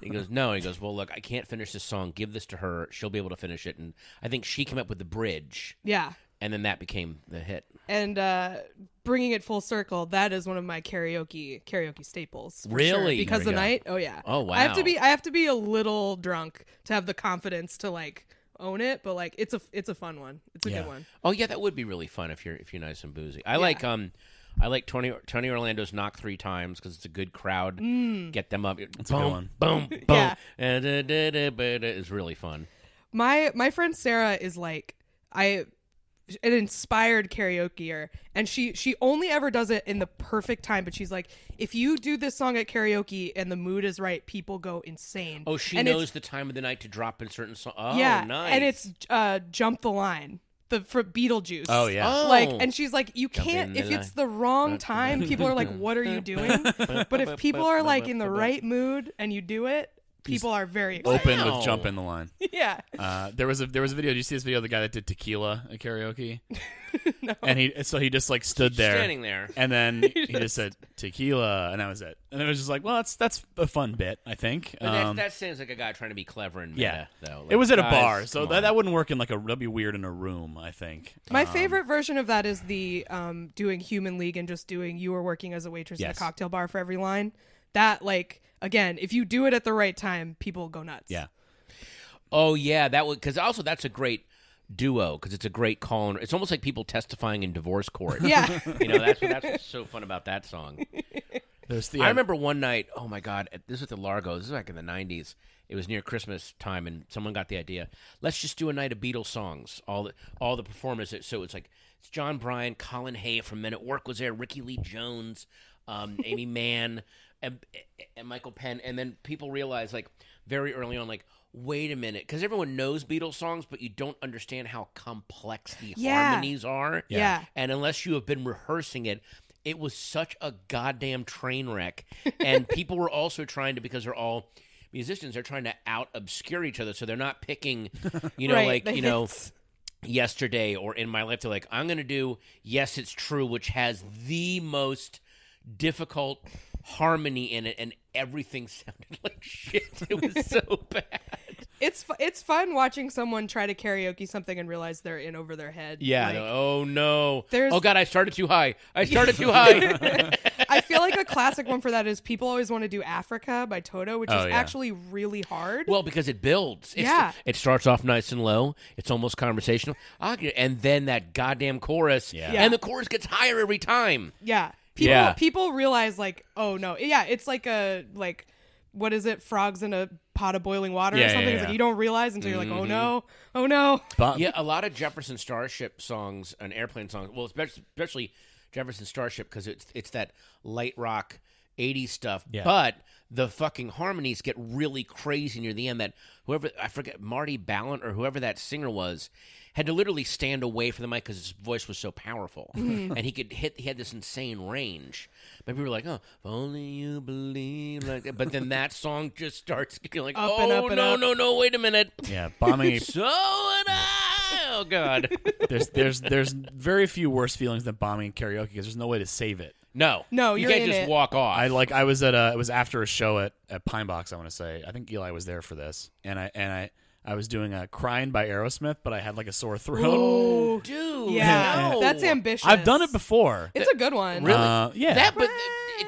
he goes, no. He goes, well, look, I can't finish this song. Give this to her. She'll be able to finish it. And I think she came up with the bridge, yeah. and then that became the hit. And uh, bringing it full circle, that is one of my karaoke karaoke staples. for sure. Really? Because the There we go. night. Oh yeah. Oh, wow. I have to be. I have to be a little drunk to have the confidence to like own it. But like, it's a it's a fun one. It's a Yeah. good one. Oh yeah, that would be really fun if you're if you're nice and boozy. I like um. I like Tony Tony Orlando's "Knock Three Times" because it's a good crowd. Get them up, That's a good boom, one. boom, boom, Mm. Yeah. And, uh, da, da, ba, da. It's really fun. My my friend Sarah is like I an inspired karaokeer and she she only ever does it in the perfect time but she's like if you do this song at karaoke and the mood is right people go insane Oh, she and it's- knows the time of the night to drop in certain songs. Oh, yeah nice. and it's uh jump the line the for beetlejuice Oh yeah. Oh. like and she's like you Jump in can't the if it's the line. wrong time people are like what are you doing but if people are like in the right mood and you do it people are very excited Open Wow. with jump in the line. yeah Uh, there was a there was a video. Did you see this video? of The guy that did tequila at karaoke, and he so he just like stood there, Oh. standing there. and then he just said tequila, and that was it. And it was just like, well, that's that's a fun bit, I think. But that, Um, that seems like a guy trying to be clever and meta, yeah, though. it Like, was at a guys, bar, so come that, on. that wouldn't work in like a that'd be weird in a room, I think. Um, My favorite version of that is the um, doing Human League and just doing you were working as a waitress in a Yes. cocktail bar for every line. That like again, if you do it at the right time, people go nuts. Yeah, Oh yeah, that would because also that's a great duo because it's a great call. And, it's almost like people testifying in divorce court. Yeah. you know that's what- that's what's so fun about that song. there's the uh, I remember one night. Oh my god, at- this was at the Largo. This is back in the '90s. It was near Christmas time, and someone got the idea. Let's just do a night of Beatles songs. All the all the performers. So it's like it's John Bryan, Colin Hay from Men at Work was there, Ricky Lee Jones, um, Amy Mann, and, and Michael Penn. And then people realized, like very early on, like wait a minute, because everyone knows Beatles songs, but you don't understand how complex the Yeah. harmonies are. Yeah. And unless you have been rehearsing it, it was such a goddamn train wreck. And people were also trying to, because they're all musicians, they're trying to out obscure each other. So they're not picking, you know, Right, like, the you know, hits. yesterday or in my life. They're like, I'm going to do Yes, It's True, which has the most difficult harmony in it. And everything sounded like shit. It was so bad. It's fu- it's fun watching someone try to karaoke something and realize they're in over their head. Yeah. Like, oh, no. There's- Oh, God, I started too high. I started too high. I feel like a classic one for that is people always want to do Africa by Toto, which Oh, is yeah. actually really hard. Well, because it builds. It's, Yeah. It starts off nice and low. It's almost conversational. Ah, And then that goddamn chorus. Yeah. Yeah. And the chorus gets higher every time. yeah. People Yeah. people realize like, oh no. Yeah, it's like a like what is it? Frogs in a pot of boiling water Yeah, or yeah, something. It's yeah. Mm-hmm. like you don't realize until you're like, oh no, oh no. Bob- Yeah, a lot of Jefferson Starship songs and airplane songs. Well, especially, especially Jefferson Starship because it's it's that light rock 80s stuff. Yeah. But the fucking harmonies get really crazy near the end. That whoever I forget Marty Ballant or whoever that singer was had to literally stand away from the mic because his voice was so powerful Mm-hmm. and he could hit. He had this insane range. But people were like, "Oh, if only you believe." Like, that. but then that song just starts you're like, Up "Oh and up and no, up." no, no! Wait a minute." yeah, bombing a So would I. Oh God. there's there's there's very few worse feelings than bombing karaoke because there's no way to save it. No, No, you you're can't in just it. walk off. I like I was at a it was after a show at at Pine Box. I want to say I think Eli was there for this, and I and I I was doing a crying by Aerosmith, but I had like a sore throat. oh, dude. Yeah, no. that's ambitious. I've done it before. It's a good one. Really? Uh, yeah, That, but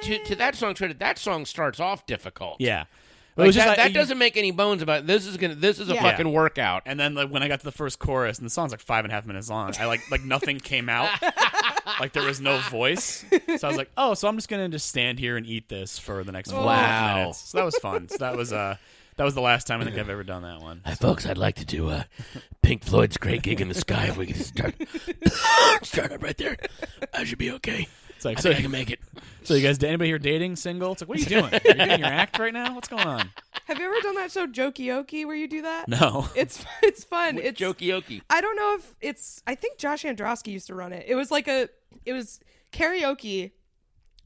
to, to that song credit, that song starts off difficult. yeah. It Like, was just that, like- that you- doesn't make any bones about. This is gonna. This is a Yeah. fucking workout. And then like, when I got to the first chorus, and the song's like five and a half minutes long, I like like nothing came out. like there was no voice, so I was like, oh, so I'm just gonna just stand here and eat this for the next four Wow. minutes. So that was fun. So that was uh that was the last time I think I've ever done that one. Hi, folks, I'd like to do uh, Pink Floyd's "Great Gig in the Sky." If we can start, start up right there, I should be okay. It's like so, make it. so you guys did anybody here dating single? It's like what are you doing? Are you doing your act right now? What's going on? Have you ever done that show Jokioki where you do that? No. It's it's fun. It's Jokey-okey. I don't know if it's I think Josh Androsky used to run it. It was like a it was karaoke,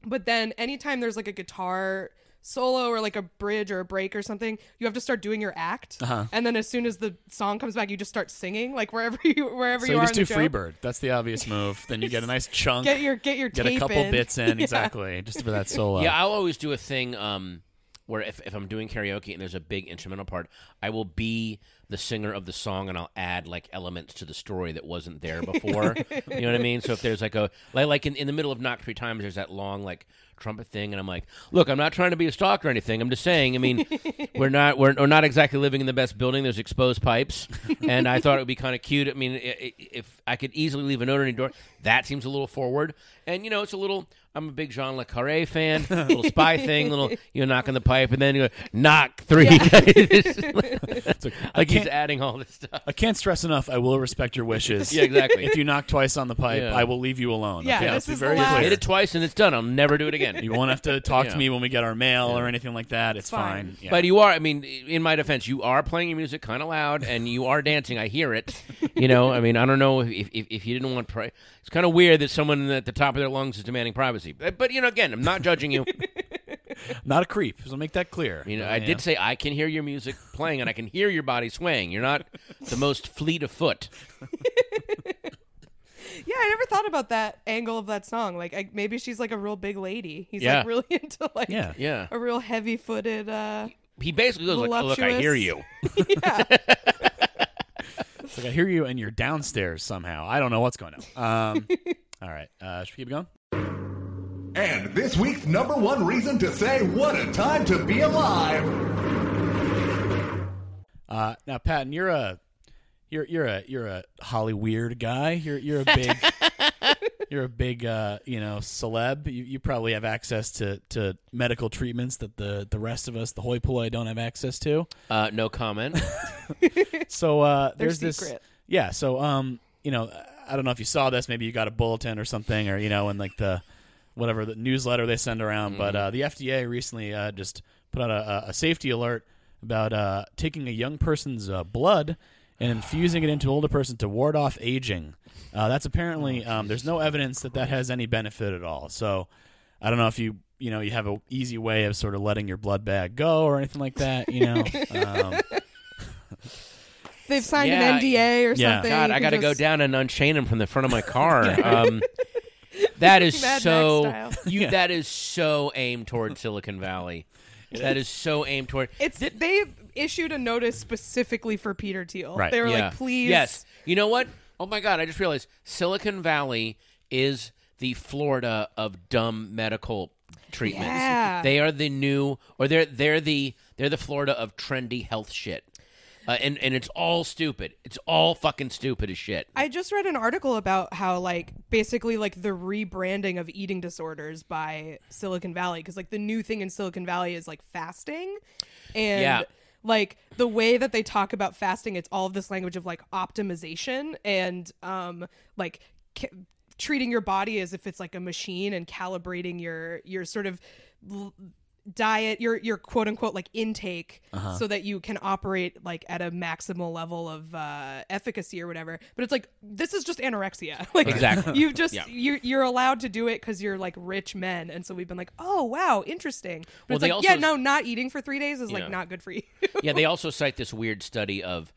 but then anytime there's like a guitar solo or like a bridge or a break or something, you have to start doing your act. Uh-huh. And then as soon as the song comes back, you just start singing like wherever you wherever so you, you are. just do in the joke. Freebird. That's the obvious move. Then you get a nice chunk. Get your get your get a tape couple in. bits in exactly just for that solo. Yeah, I'll always do a thing um, where if, if I'm doing karaoke and there's a big instrumental part, I will be the singer of the song and I'll add like elements to the story that wasn't there before. you know what I mean? So if there's like a like, like in, in the middle of Knock Three Times, there's that long like trumpet thing, and I'm like, look, I'm not trying to be a stalker or anything. I'm just saying. I mean, we're not we're, we're not exactly living in the best building. There's exposed pipes, and I thought it would be kind of cute. I mean, i- i- if I could easily leave a note on any door, that seems a little forward. And you know, it's a little. I'm a big Jean Le Carre fan. Little spy thing. Little you know, knock on the pipe, and then you go, knock three. times. It's like, I Like, can't He's can't- adding all this stuff. I can't stress enough. I will respect your wishes. Yeah, exactly. If you knock twice on the pipe, Yeah. I will leave you alone. Yeah, okay? this Let's be is the very last- Hit clear. it twice and it's done. I'll never do it again. You won't have to talk Yeah. to me when we get our mail or anything like that. It's fine. fine. Yeah. But you are, I mean, in my defense, you are playing your music kind of loud and you are dancing. I hear it. You know, I mean, I don't know if, if, if you didn't want pri It's kind of weird that someone at the top of their lungs is demanding privacy. But, but, you know, again, I'm not judging you. not a creep. So make that clear. You know, Yeah, I yeah. did say I can hear your music playing and I can hear your body swaying. You're not the most fleet of foot. Yeah, I never thought about that angle of that song. Like, I, maybe she's like a real big lady. He's Yeah. like really into like Yeah. Yeah. a real heavy-footed. uh He basically goes, like, look, I hear you. Voluptuous. Yeah, It's like I hear you and you're downstairs somehow. I don't know what's going on. Um, all right. Uh, should we keep going? And this week's number one reason to say what a time to be alive. Uh, now, Patton, you're a you're you're a you're a Holly weird guy. You're you're a big you're a big uh, you know celeb. You, you probably have access to to medical treatments that the the rest of us, the hoi polloi, don't have access to. Uh, no comment. So uh, there's this secret. yeah. So um, you know, I don't know if you saw this. Maybe you got a bulletin or something, or you know, in like the whatever the newsletter they send around. But uh, the FDA recently uh, just put out a, a- a safety alert about uh, taking a young person's uh, blood and infusing it into an older person to ward off aging. Uh, that's apparently um, there's no evidence that that has any benefit at all. So I don't know if you you know you have a easy way of sort of letting your blood bag go or anything like that. You know. Um, they've signed Yeah. an NDA or Yeah. something. God, You I can got to go just- down and unchain him from the front of my car. um, that is Mad Max so style. you. That is so aimed toward Silicon Valley. That is so aimed toward. It's they issued a notice specifically for Peter Thiel. Right. They were Yeah. like, please. Yes. You know what? Oh my God! I just realized Silicon Valley is the Florida of dumb medical treatments. Yeah. They are the new, or they're they're the they're the Florida of trendy health shit. Uh, and and it's all stupid. It's all fucking stupid as shit. I just read an article about how like basically like the rebranding of eating disorders by Silicon Valley because like the new thing in Silicon Valley is like fasting, and Yeah. like the way that they talk about fasting, it's all of this language of like optimization and um like. Ca- treating your body as if it's like a machine and calibrating your your sort of l- diet your your quote unquote like intake Uh-huh. so that you can operate like at a maximal level of uh efficacy or whatever but it's like this is just anorexia like Exactly. you just Yeah. you're you're allowed to do it because you're like rich men and so we've been like oh wow interesting but Well, it's they like also- yeah no not eating for three days is Yeah. like not good for you yeah, they also cite this weird study of,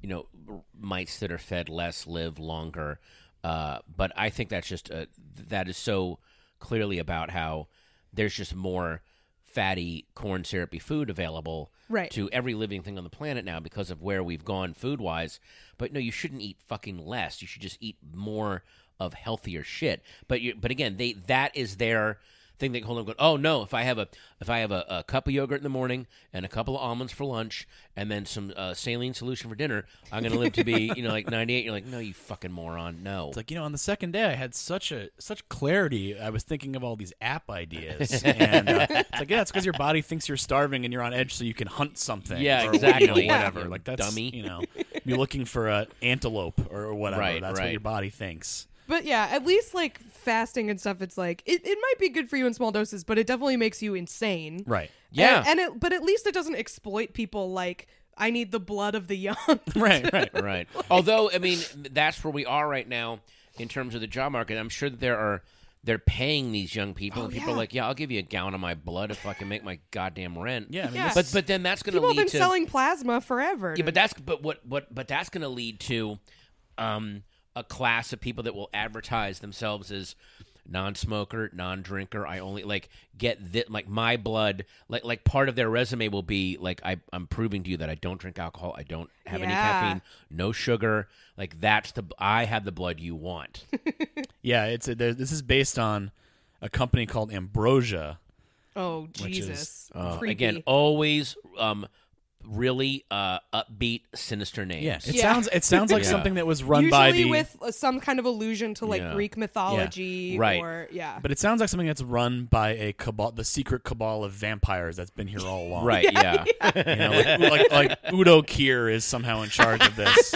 you know, r- mites that are fed less live longer. Uh, but I think that's just uh that is so clearly about how there's just more fatty corn syrupy food available Right. to every living thing on the planet now because of where we've gone food wise. But no, you shouldn't eat fucking less. You should just eat more of healthier shit. But you, but again, they that is their thing. They hold on going, oh no, if I have a if I have a, a cup of yogurt in the morning and a couple of almonds for lunch and then some uh, saline solution for dinner, I'm gonna live to be you know like 98. You're like, no, you fucking moron, no. It's like you know, on the second day, I had such a such clarity. I was thinking of all these app ideas, and uh, it's like yeah, it's because your body thinks you're starving and you're on edge, so you can hunt something. Yeah, or, exactly. You know, Yeah. Whatever, You like that's dummy. You know, you're looking for an antelope or, or whatever. Right, that's right. what your body thinks. But yeah, at least like fasting and stuff, it's like it, it might be good for you in small doses, but it definitely makes you insane. Right. Yeah. And, and it but at least it doesn't exploit people like I need the blood of the young. Right. Right. right. Although, I mean, that's where we are right now in terms of the job market. I'm sure that there are they're paying these young people, and people are Oh, yeah. like, "Yeah, I'll give you a gallon of my blood if I can make my goddamn rent." Yeah. I mean, Yeah. this- But but then that's going to People have lead been to selling plasma forever. yeah, but that's but what what but that's going to lead to um a class of people that will advertise themselves as non-smoker, non-drinker. I only like get that like my blood like like part of their resume will be like I I'm proving to you that I don't drink alcohol, I don't have any Yeah. caffeine, no sugar. Like that's the I have the blood you want. yeah, it's a, there- this is based on a company called Ambrosia. oh Which is, Jesus. Uh, Creepy. again, always um really uh, upbeat, sinister names. Yeah, it Yeah. sounds it sounds like Yeah. something that was run Usually by the with uh, some kind of allusion to like Yeah. Greek mythology, Right. Or yeah, but it sounds like something that's run by a cabal, the secret cabal of vampires that's been here all along. Right. Yeah. You know, like, like, like Udo Kier is somehow in charge of this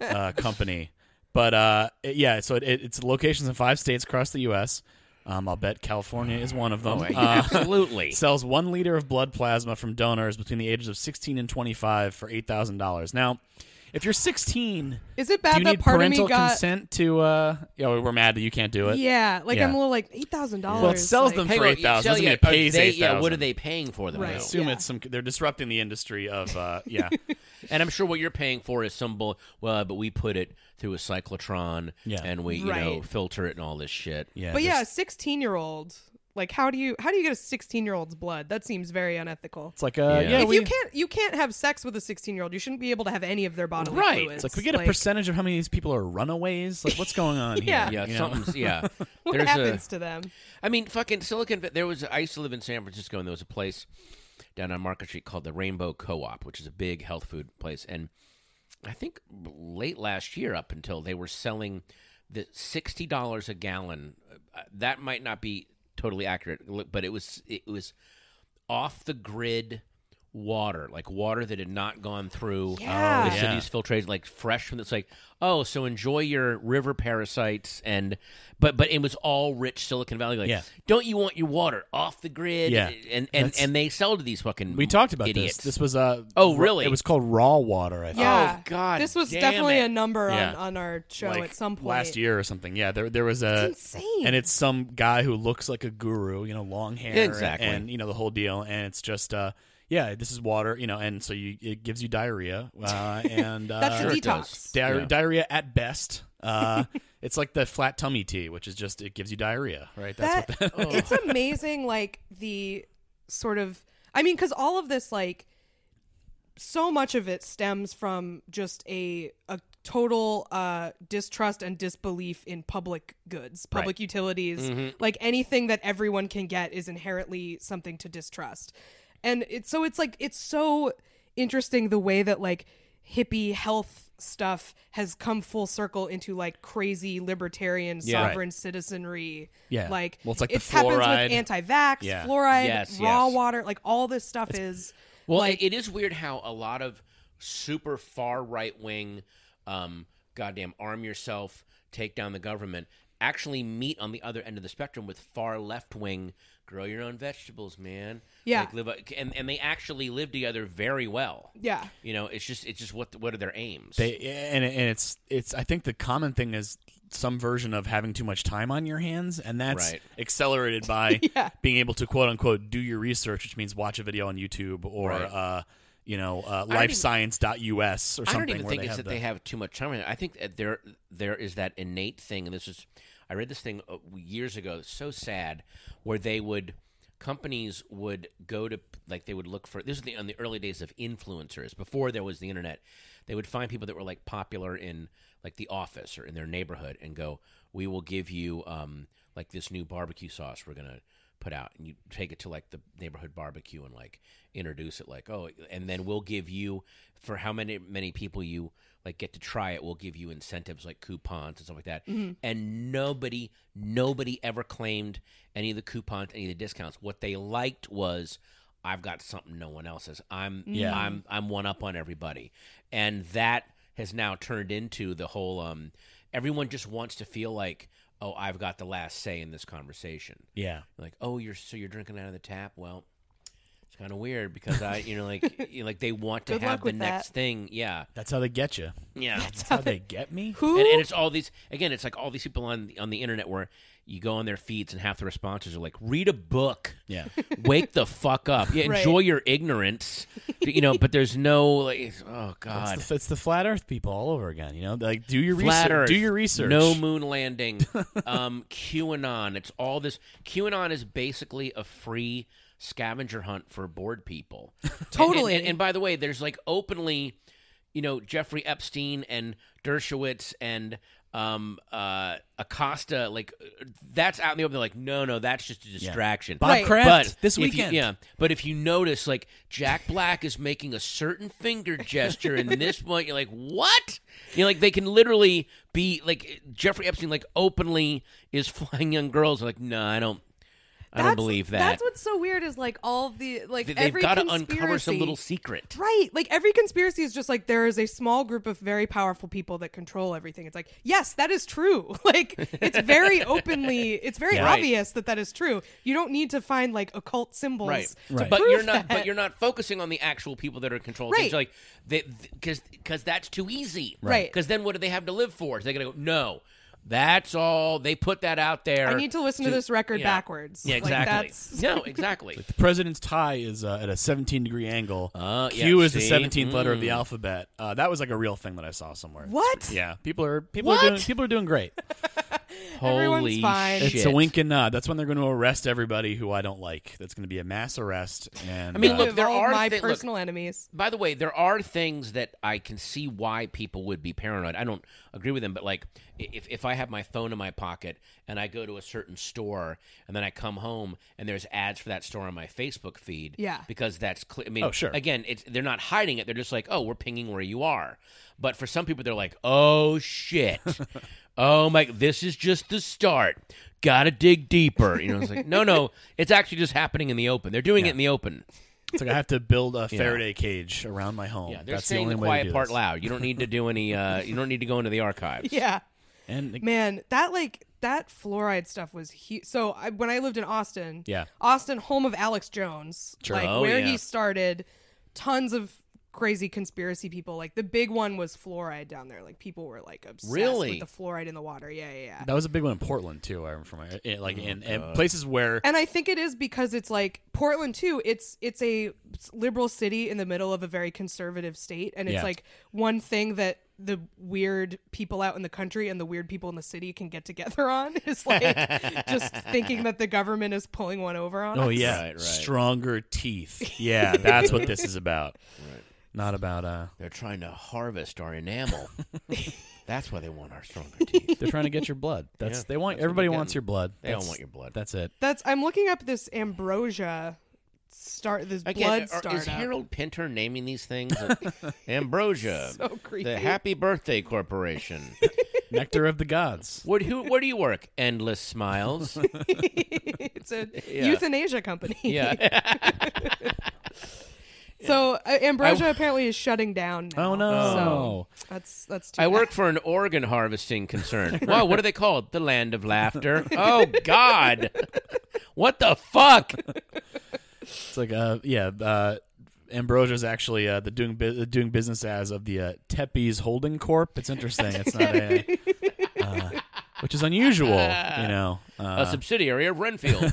uh, company. But uh, it- yeah, so it, it, it's locations in five states across the U.S. Um, I'll bet California is one of them. Right, Uh, Absolutely. sells one liter of blood plasma from donors between the ages of 16 and 25 for eight thousand dollars. Now, if you're 16, is it do bad you that need part of parental me got? consent to? Uh, you know, we're mad that you can't do it. Yeah, like Yeah. I'm a little like eight thousand dollars. Well, it sells them Hang for on, eight thousand. so, Doesn't mean yeah, it pays they- eight thousand. Yeah. What are they paying for them? Right. though? assume Yeah. it's some. They're disrupting the industry of. Uh, yeah, And I'm sure what you're paying for is some bull. Well, but we put it through a cyclotron, Yeah. and we you know Right. filter it and all this shit. yeah. But yeah, there's- a sixteen year old. Like how do you how do you get a sixteen year old's blood? That seems very unethical. it's like uh, Yeah. yeah. if we, you can't you can't have sex with a sixteen year old, you shouldn't be able to have any of their bodily Right. fluids. It's like we get a percentage of how many of these people are runaways. Like what's going on Yeah. here? Yeah, you know? something's yeah. What There's a, happens to them? I mean, fucking Silicon. Va- There was I used to live in San Francisco, and there was a place down on Market Street called the Rainbow Co-op, which is a big health food place. And I think late last year, up until they were selling the sixty dollars a gallon. Uh, That might not be totally accurate, but it was it was off the grid water, like water that had not gone through Yeah. the Yeah. city's filtration, like fresh from the, it's like, oh, so enjoy your river parasites and but but it was all rich Silicon Valley. Like, Yeah. don't you want your water off the grid? Yeah. And and, That's- and they sell to these fucking We talked about idiots. this. This was uh Oh, ra- really? It was called raw water. I think. Yeah. God This was damn definitely it. a number on, Yeah. on our show like, at some point. last year or something. Yeah, there there was a It's insane. and it's some guy who looks like a guru, you know, long hair, Exactly. and you know the whole deal. And it's just, uh, yeah, this is water, you know, and so you it gives you diarrhea, uh, and uh, That's Sure the it does. detox. diar- Yeah. diarrhea at best. Uh, it's like the flat tummy tea, which is just it gives you diarrhea, right? That's that, what that. it's amazing like the sort of i mean because all of this like so much of it stems from just a a total uh distrust and disbelief in public goods public utilities Mm-hmm. like anything that everyone can get is inherently something to distrust and it's so it's like it's so interesting the way that like hippie health stuff has come full circle into like crazy libertarian Yeah. Right. sovereign citizenry Yeah. like Well, it's like the it happens fluoride. with anti-vax, Yeah. fluoride, Yes, raw yes. water, like all this stuff is Well, it it is weird how a lot of super far right wing, um, goddamn arm yourself, take down the government, actually meet on the other end of the spectrum with far left wing, grow your own vegetables, man. Yeah. like live, a- and and they actually live together very well. yeah. You know, it's just it's just what what are their aims? They, and and it's it's I think the common thing is some version of having too much time on your hands, and that's Right. accelerated by Yeah. being able to quote unquote do your research, which means watch a video on YouTube or Right. uh, you know uh, even- lifescience.us or I something. don't even where think they have it's that the, they have too much time. I think that there there is that innate thing, and this is I read this thing uh, years ago. It's so sad, where they would companies would go to like they would look for this is the on the early days of influencers before there was the internet. They would find people that were like popular in like the office or in their neighborhood and go, "We will give you um, like this new barbecue sauce. We're gonna." put out and you take it to like the neighborhood barbecue and like introduce it like oh and then we'll give you for how many many people you like get to try it we'll give you incentives like coupons and stuff like that and nobody nobody ever claimed any of the coupons any of the discounts what they liked was i've got something no one else has i'm yeah i'm i'm one up on everybody and that has now turned into the whole um everyone just wants to feel like oh i've got the last say in this conversation yeah. like oh you're so you're drinking out of the tap well it's kind of weird because i you know like you know, like they want to Good have luck the with next that. thing yeah That's how they get you. yeah That's how they get me. Who and, and it's all these again it's like all these people on on the internet where you go on their feeds and half the responses are like read a book Yeah. wake the fuck up yeah, Right. enjoy your ignorance you know but there's no like oh god It's the, it's the flat Earth people all over again. You know, like do your Flat research. Earth, Do your research. No moon landing. um, QAnon. It's all this. QAnon is basically a free scavenger hunt for bored people. And- and- Totally. And, and by the way, there's like openly, you know, Jeffrey Epstein and Dershowitz and um, uh, Acosta, like that's out in the open. They're like, no, no, that's just a distraction. Bob Right. Kraft But this if you- weekend. yeah. But if you notice, like Jack Black is making a certain finger gesture in this one, you're like, what? You know, like they can literally be like Jeffrey Epstein, like openly is flying young girls. Like, no, I don't, I don't believe that. That's what's so weird is like all the like They- They've every got to conspiracy, uncover some little secret. Right. Like every conspiracy is just like there is a small group of very powerful people that control everything. It's like, yes, that is true. Like it's very openly, it's very Right. obvious that that is true. You don't need to find like occult symbols. to Right. But prove you're not. that. But you're not focusing on the actual people that are in control. Right. Right. Like, because because that's too easy. Right. Because then what do they have to live for? They're gonna go no. That's all. They put that out there. I need to listen to this record yeah. backwards. Yeah, Like, exactly. that's- No, exactly. The president's tie is uh, at a 17 degree angle. Uh, Q yeah, is see? Hmm. the 17th letter of the alphabet. Uh, that was like a real thing that I saw somewhere. What? Yeah, people are people What? are doing people are doing great. Everyone's Holy fine. shit! It's a wink and nod. That's when they're going to arrest everybody who I don't like. That's going to be a mass arrest. And I mean, uh, look, there Of all are my thi- look, personal enemies. By the way, there are things that I can see why people would be paranoid. I don't agree with them, but like i- if, if I have my phone in my pocket and I go to a certain store and then I come home and there's ads for that store on my Facebook feed, Yeah. because that's clear. I mean, Oh, sure. Again, it's they're not hiding it. They're just like, oh, we're pinging where you are. But for some people, they're like, oh shit, oh my, this is just the start. Got to dig deeper. You know, it's like, no, no, it's actually just happening in the open. They're doing it in the open. it's like I have to build a Faraday cage around my home. Yeah, they're That's the saying only the way to quiet do part this. loud. You don't need to do any. Uh, you don't need to go into the archives. Yeah. And Man, that like that fluoride stuff was huge. So I, when I lived in Austin, Yeah. Austin, home of Alex Jones, like Oh, where yeah. he started, tons of crazy conspiracy people. Like the big one was fluoride down there. Like people were like obsessed Really? with the fluoride in the water. Yeah, yeah, yeah. that was a big one in Portland too. I remember from my, it- Oh, like in, in places where and I think it is because it's like Portland too. It's it's a liberal city in the middle of a very conservative state, and it's Yeah. like one thing that the weird people out in the country and the weird people in the city can get together on is like just thinking that the government is pulling one over on oh us. yeah, Right, right. stronger teeth. Yeah, that's what this is about. Not about uh, They're trying to harvest our enamel. That's why they want our stronger teeth. they're trying to get your blood. That's Yeah, they want. that's what everybody they're wants getting. your blood. They all That's- want your blood. That's it. That's I'm looking up this ambrosia start this blood are- startup. is Harold Pinter naming these things? Like, Ambrosia, So creepy. the Happy Birthday Corporation. Nectar of the gods. Where, who, where do you work? Endless Smiles. it's a euthanasia company. Yeah. So uh, ambrosia apparently is shutting down. Now, Oh, no. So that's that's too I bad. work for an organ harvesting concern. Wow, what are they called? The Land of Laughter. Oh, God. What the fuck? It's like uh yeah uh Ambrosia is actually uh, the doing bu- the doing business as of the uh, Tepes Holding Corp. It's interesting. It's not a uh, which is unusual, you know. A Uh, subsidiary of Renfield.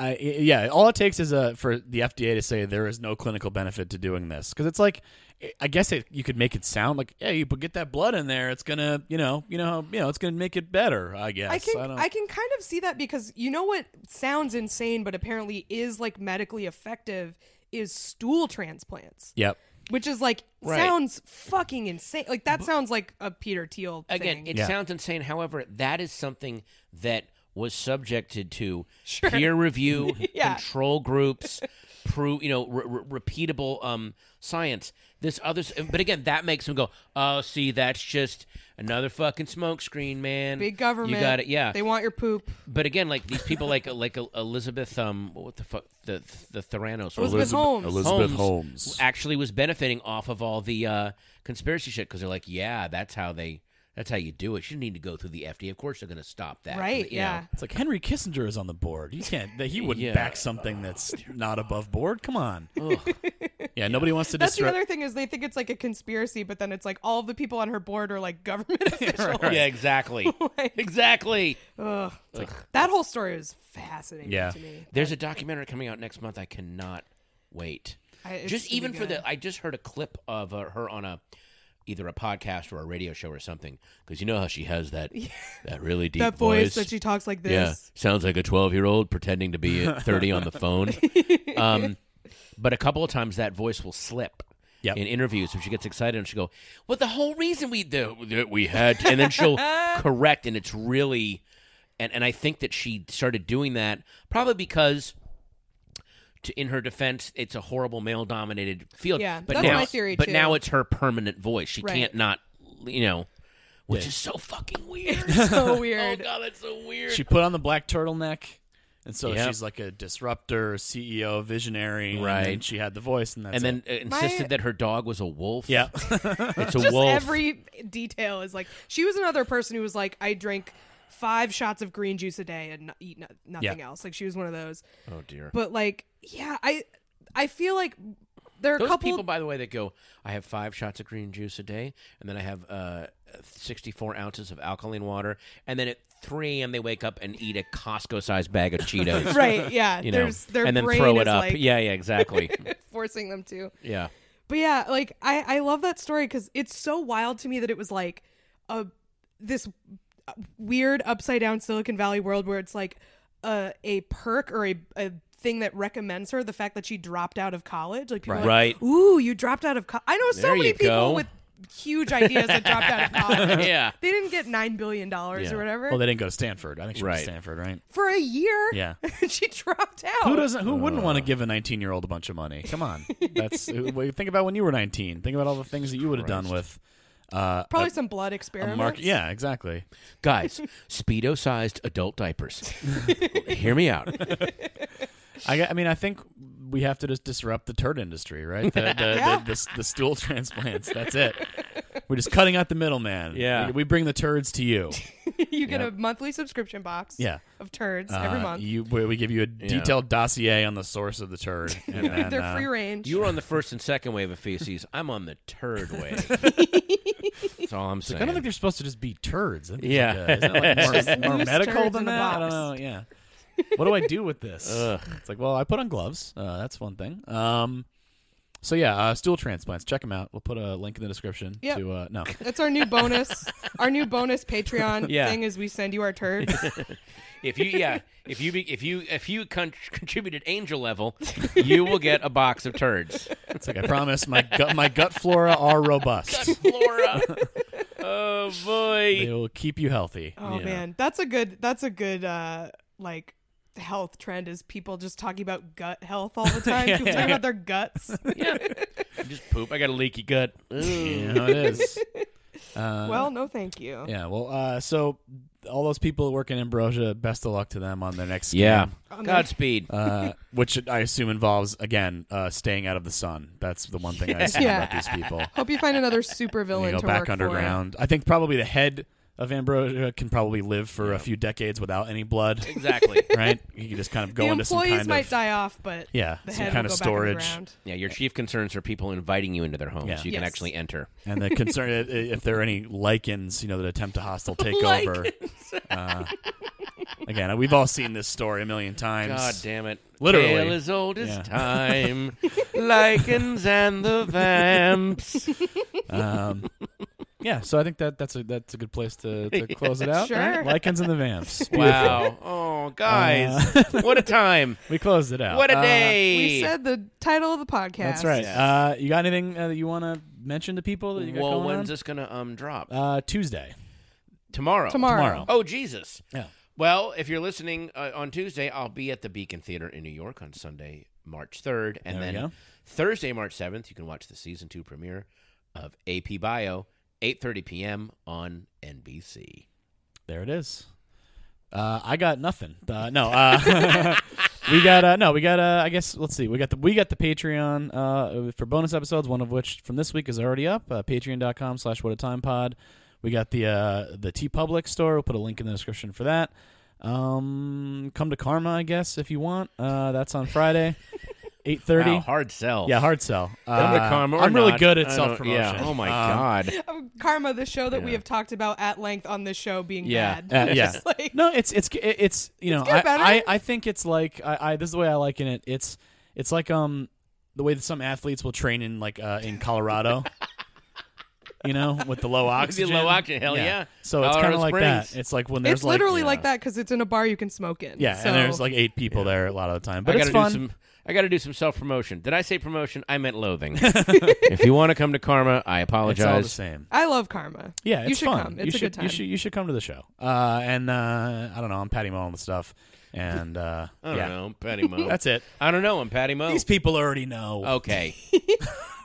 I, yeah, all it takes is uh, for the FDA to say there is no clinical benefit to doing this because it's like eh, I guess it, you could make it sound like yeah, you put get that blood in there, it's gonna you know you know you know it's gonna make it better. I guess I can don't, I, can kind of see that because you know what sounds insane but apparently is like medically effective is stool transplants. yep. Which is like Right. sounds fucking insane. Like that sounds like a Peter Thiel thing. Again, it Yeah. sounds insane. However, that is something that was subjected to Sure. peer review, Yeah. control groups, prove you know re- re- repeatable um, science. This other, s- but again, that makes them go, "Oh, see, that's just another fucking smokescreen, man." big government. You got it, yeah. They want your poop. but again, like these people, like uh, like El- Elizabeth, um, what the fuck, the the Theranos, or Elizabeth, Holmes. Elizabeth Holmes Holmes. actually was benefiting off of all the uh, conspiracy shit because they're like, yeah, that's how they, that's how you do it. You don't need to go through the FDA. Of course, they're going to stop that, Right, You yeah. know. It's like Henry Kissinger is on the board. You can't. that- He wouldn't Yeah. back something that's not above board. Come on. Yeah, nobody wants to That's the disrupt. other thing is they think it's like a conspiracy, but then it's like all of the people on her board are like government officials. Yeah, exactly, exactly. That whole story was fascinating Yeah. to me. There's a documentary coming out next month. I cannot wait. I- it's just gonna be even for good. the, I just heard a clip of uh, her on a either a podcast or a radio show or something because you know how she has that that really deep That voice that she talks like this. Yeah, sounds like a 12 year old pretending to be 30 on the phone. Um, but a couple of times that voice will slip. Yep. in interviews when she gets excited and she go, "Well, the whole reason we do that we had," to-" and then she'll correct, and it's really, and and I think that she started doing that probably because. To, in her defense, it's a horrible male-dominated field. Yeah, but that's now, my theory, but too. now it's her permanent voice. She Right. can't not, you know, which is so fucking weird. So oh weird. god, that's so weird. She put on the black turtleneck, and so Yep. she's like a disruptor, CEO, visionary. and Right. then she had the voice, and that's and then it. uh, insisted My- that her dog was a wolf. yeah, it's a Just wolf. every detail is like she was another person who was like, I drink five shots of green juice a day and no- eat no- nothing Yeah. else. Like she was one of those. oh dear. But like, yeah, I I feel like there are Those a couple. people, by the way, that go, I have five shots of green juice a day, and then I have uh, 64 ounces of alkaline water, and then at 3 a.m. they wake up and eat a Costco-sized bag of Cheetos. right? Yeah. You know, There's their and then brain throw it is up. like yeah, yeah, exactly. forcing them to. yeah. But yeah, like I I love that story because it's so wild to me that it was like a this weird upside down Silicon Valley world where it's like a a perk or a, a thing that recommends her the fact that she dropped out of college. Like people are Right. like, ooh, you dropped out of college. I know so There many you people go. with huge ideas that dropped out of college. Yeah. They didn't get nine billion dollars Yeah. or whatever well, they didn't go to Stanford. I think she went Right. to Stanford, right? for a year. Yeah. she dropped out. Who doesn't? Who wouldn't want to give a 19 year old a bunch of money? Come on, that's well, you think about when you were 19. Think about all the things that you would have done with uh, Probably some blood a experiments. mark. Yeah, exactly. Guys, Speedo-sized adult diapers. Hear me out. I, got- I mean, I think we have to just disrupt the turd industry, right? The, the, the, the, the stool transplants. That's it. We're just cutting out the middleman. Yeah. we, we bring the turds to you. you get a monthly subscription box. Yeah. of turds every Uh, month. You, we we give you a detailed dossier on the source of the turd. And then, They're uh, free range. You were on the first and second wave of feces. I'm on the turd wave. That's all I'm saying. I don't think they're supposed to just be turds. I think it's Yeah. like, uh, is that like more- Just more, loose medical turds than in a that. I don't box. know. Yeah. What do I do with this? It's like, well, I put on gloves. Uh, that's one thing. Um, so yeah, uh, stool transplants. Check them out. We'll put a link in the description. Yep. To uh, no, That's our new bonus. our new bonus Patreon Yeah. thing is we send you our turds. If you yeah, if you be, if you if you con- contributed angel level, you will get a box of turds. it's like I promise my gut, my gut flora are robust. Flora. Oh they boy. will keep you healthy. Oh Yeah. man, that's a good. That's a good uh, like health trend is people just talking about gut health all the time. people talking about their guts. Yeah. Just poop. I got a leaky gut. Ooh. You know it is. Uh, well, no, thank you. yeah. Well, uh, so all those people working in Ambrosia, best of luck to them on their next. Scam. Yeah. Um, Godspeed. uh, which I assume involves again uh, staying out of the sun. That's the one thing I assume Yeah. about these people. Hope you find another super They villain go to work back for. underground. I think probably the head of Ambrosia can probably live for a few decades without any blood, exactly. right? You can just kind of go The into some employees kind might of die off, but yeah, the some head kind will of go back storage. underground. Yeah, your chief concerns are people inviting you into their homes. Yeah. You Yes. can actually enter. and the concern i- if there are any lichens, you know, that attempt a hostile takeover. uh, again, we've all seen this story a million times. God damn it. Literally. Tale as old as Yeah. time. Lichens and the vamps. Um, yeah, so I think that that's a that's a good place to, to close it out. Sure. right? Lichens and the Vamps. Beautiful. Wow. Oh, guys. what a time. We closed it out. What a Uh, day. We said the title of the podcast. that's right. Uh, you got anything uh, that you want to mention to people that you got Well, going when's on? this gonna um drop? Uh, Tuesday. tomorrow. Tomorrow. Oh Jesus. Yeah. Well, if you're listening uh, on Tuesday, I'll be at the Beacon Theater in New York on Sunday, March 3rd, and There we then go. Thursday, March 7th, you can watch the season 2 premiere of AP Bio, 8:30 p.m. on NBC. There it is. Uh, I got nothing. Uh, no. Uh, we got uh, no. We got uh, I guess let's see. We got the we got the Patreon uh, for bonus episodes. One of which from this week is already up. Uh, Patreon.com slash What a Time Pod. We got the uh, the T Public store. We'll put a link in the description for that. Um, come to Karma, I guess, if you want. Uh, that's on Friday, eight thirty. Wow, hard sell. Yeah, hard sell. Come to Uh, Karma or I'm really not, good at Uh, I don't- self promotion. Yeah. Oh my god. Um, Karma, the show that we have talked about at length on this show being Yeah. bad. Uh, yeah. Just like- no, it's it's it's you know get better. I, I I think it's like I, I this is the way I liken it. It's it's like um the way that some athletes will train in like uh in Colorado. you know, with the low oxygen. low oxygen, hell yeah. So it's kind Colorado of like that. Springs. It's like when there's It's like, literally like that because it's in a bar you can smoke in. yeah, so. and there's like eight people there a lot of the time, but I it's gotta fun. do some. I got to do some self promotion. Did I say promotion? I meant loathing. if you want to come to Karma, I it's all the apologize. same. I love Karma. Yeah, you it's should fun. come. You It's a should- good time. You should you should come to the show. Uh, and uh, I don't know. I'm Patty Mo on the stuff, and uh, I don't yeah, know, I'm Patty Mo. that's it. I don't know. I'm Patty Mo. These people already know. okay.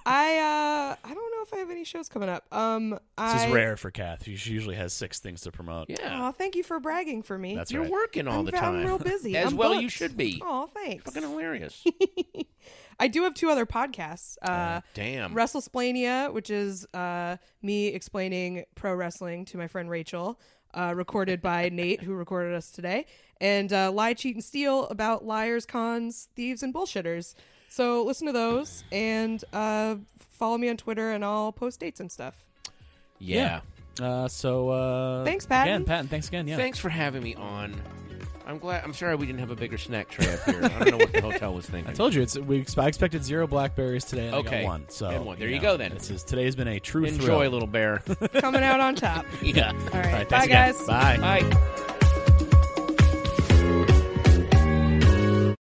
I uh, I don't know if I have any shows coming up. Um, This I, is rare for Kath. She usually has six things to promote. Yeah, Oh, thank you for bragging for me. That's you're right. working all I'm, the I'm time. real busy. As I'm well, you booked. should be. Oh, thanks. Fucking hilarious. I do have two other podcasts. Uh, Damn. WrestleSplania, which is uh, me explaining pro wrestling to my friend Rachel, uh, recorded by Nate, who recorded us today, and uh, Lie, Cheat, and Steal about liars, cons, thieves, and bullshitters. So listen to those and uh, follow me on Twitter, and I'll post dates and stuff. yeah. Uh, so uh, Thanks, Patton. Again, Patton. Thanks again. Yeah. Thanks for having me on. I'm glad. I'm sorry we didn't have a bigger snack tray up here. I don't know what the hotel was thinking. I told you it's we. ex- I expected zero blackberries today. And I Okay. got one. So And one. There you go, then. This is today's been a true Enjoy, thrill. little bear. Coming out on top. yeah. All right. All right, Bye, thanks again. guys. Bye. Bye.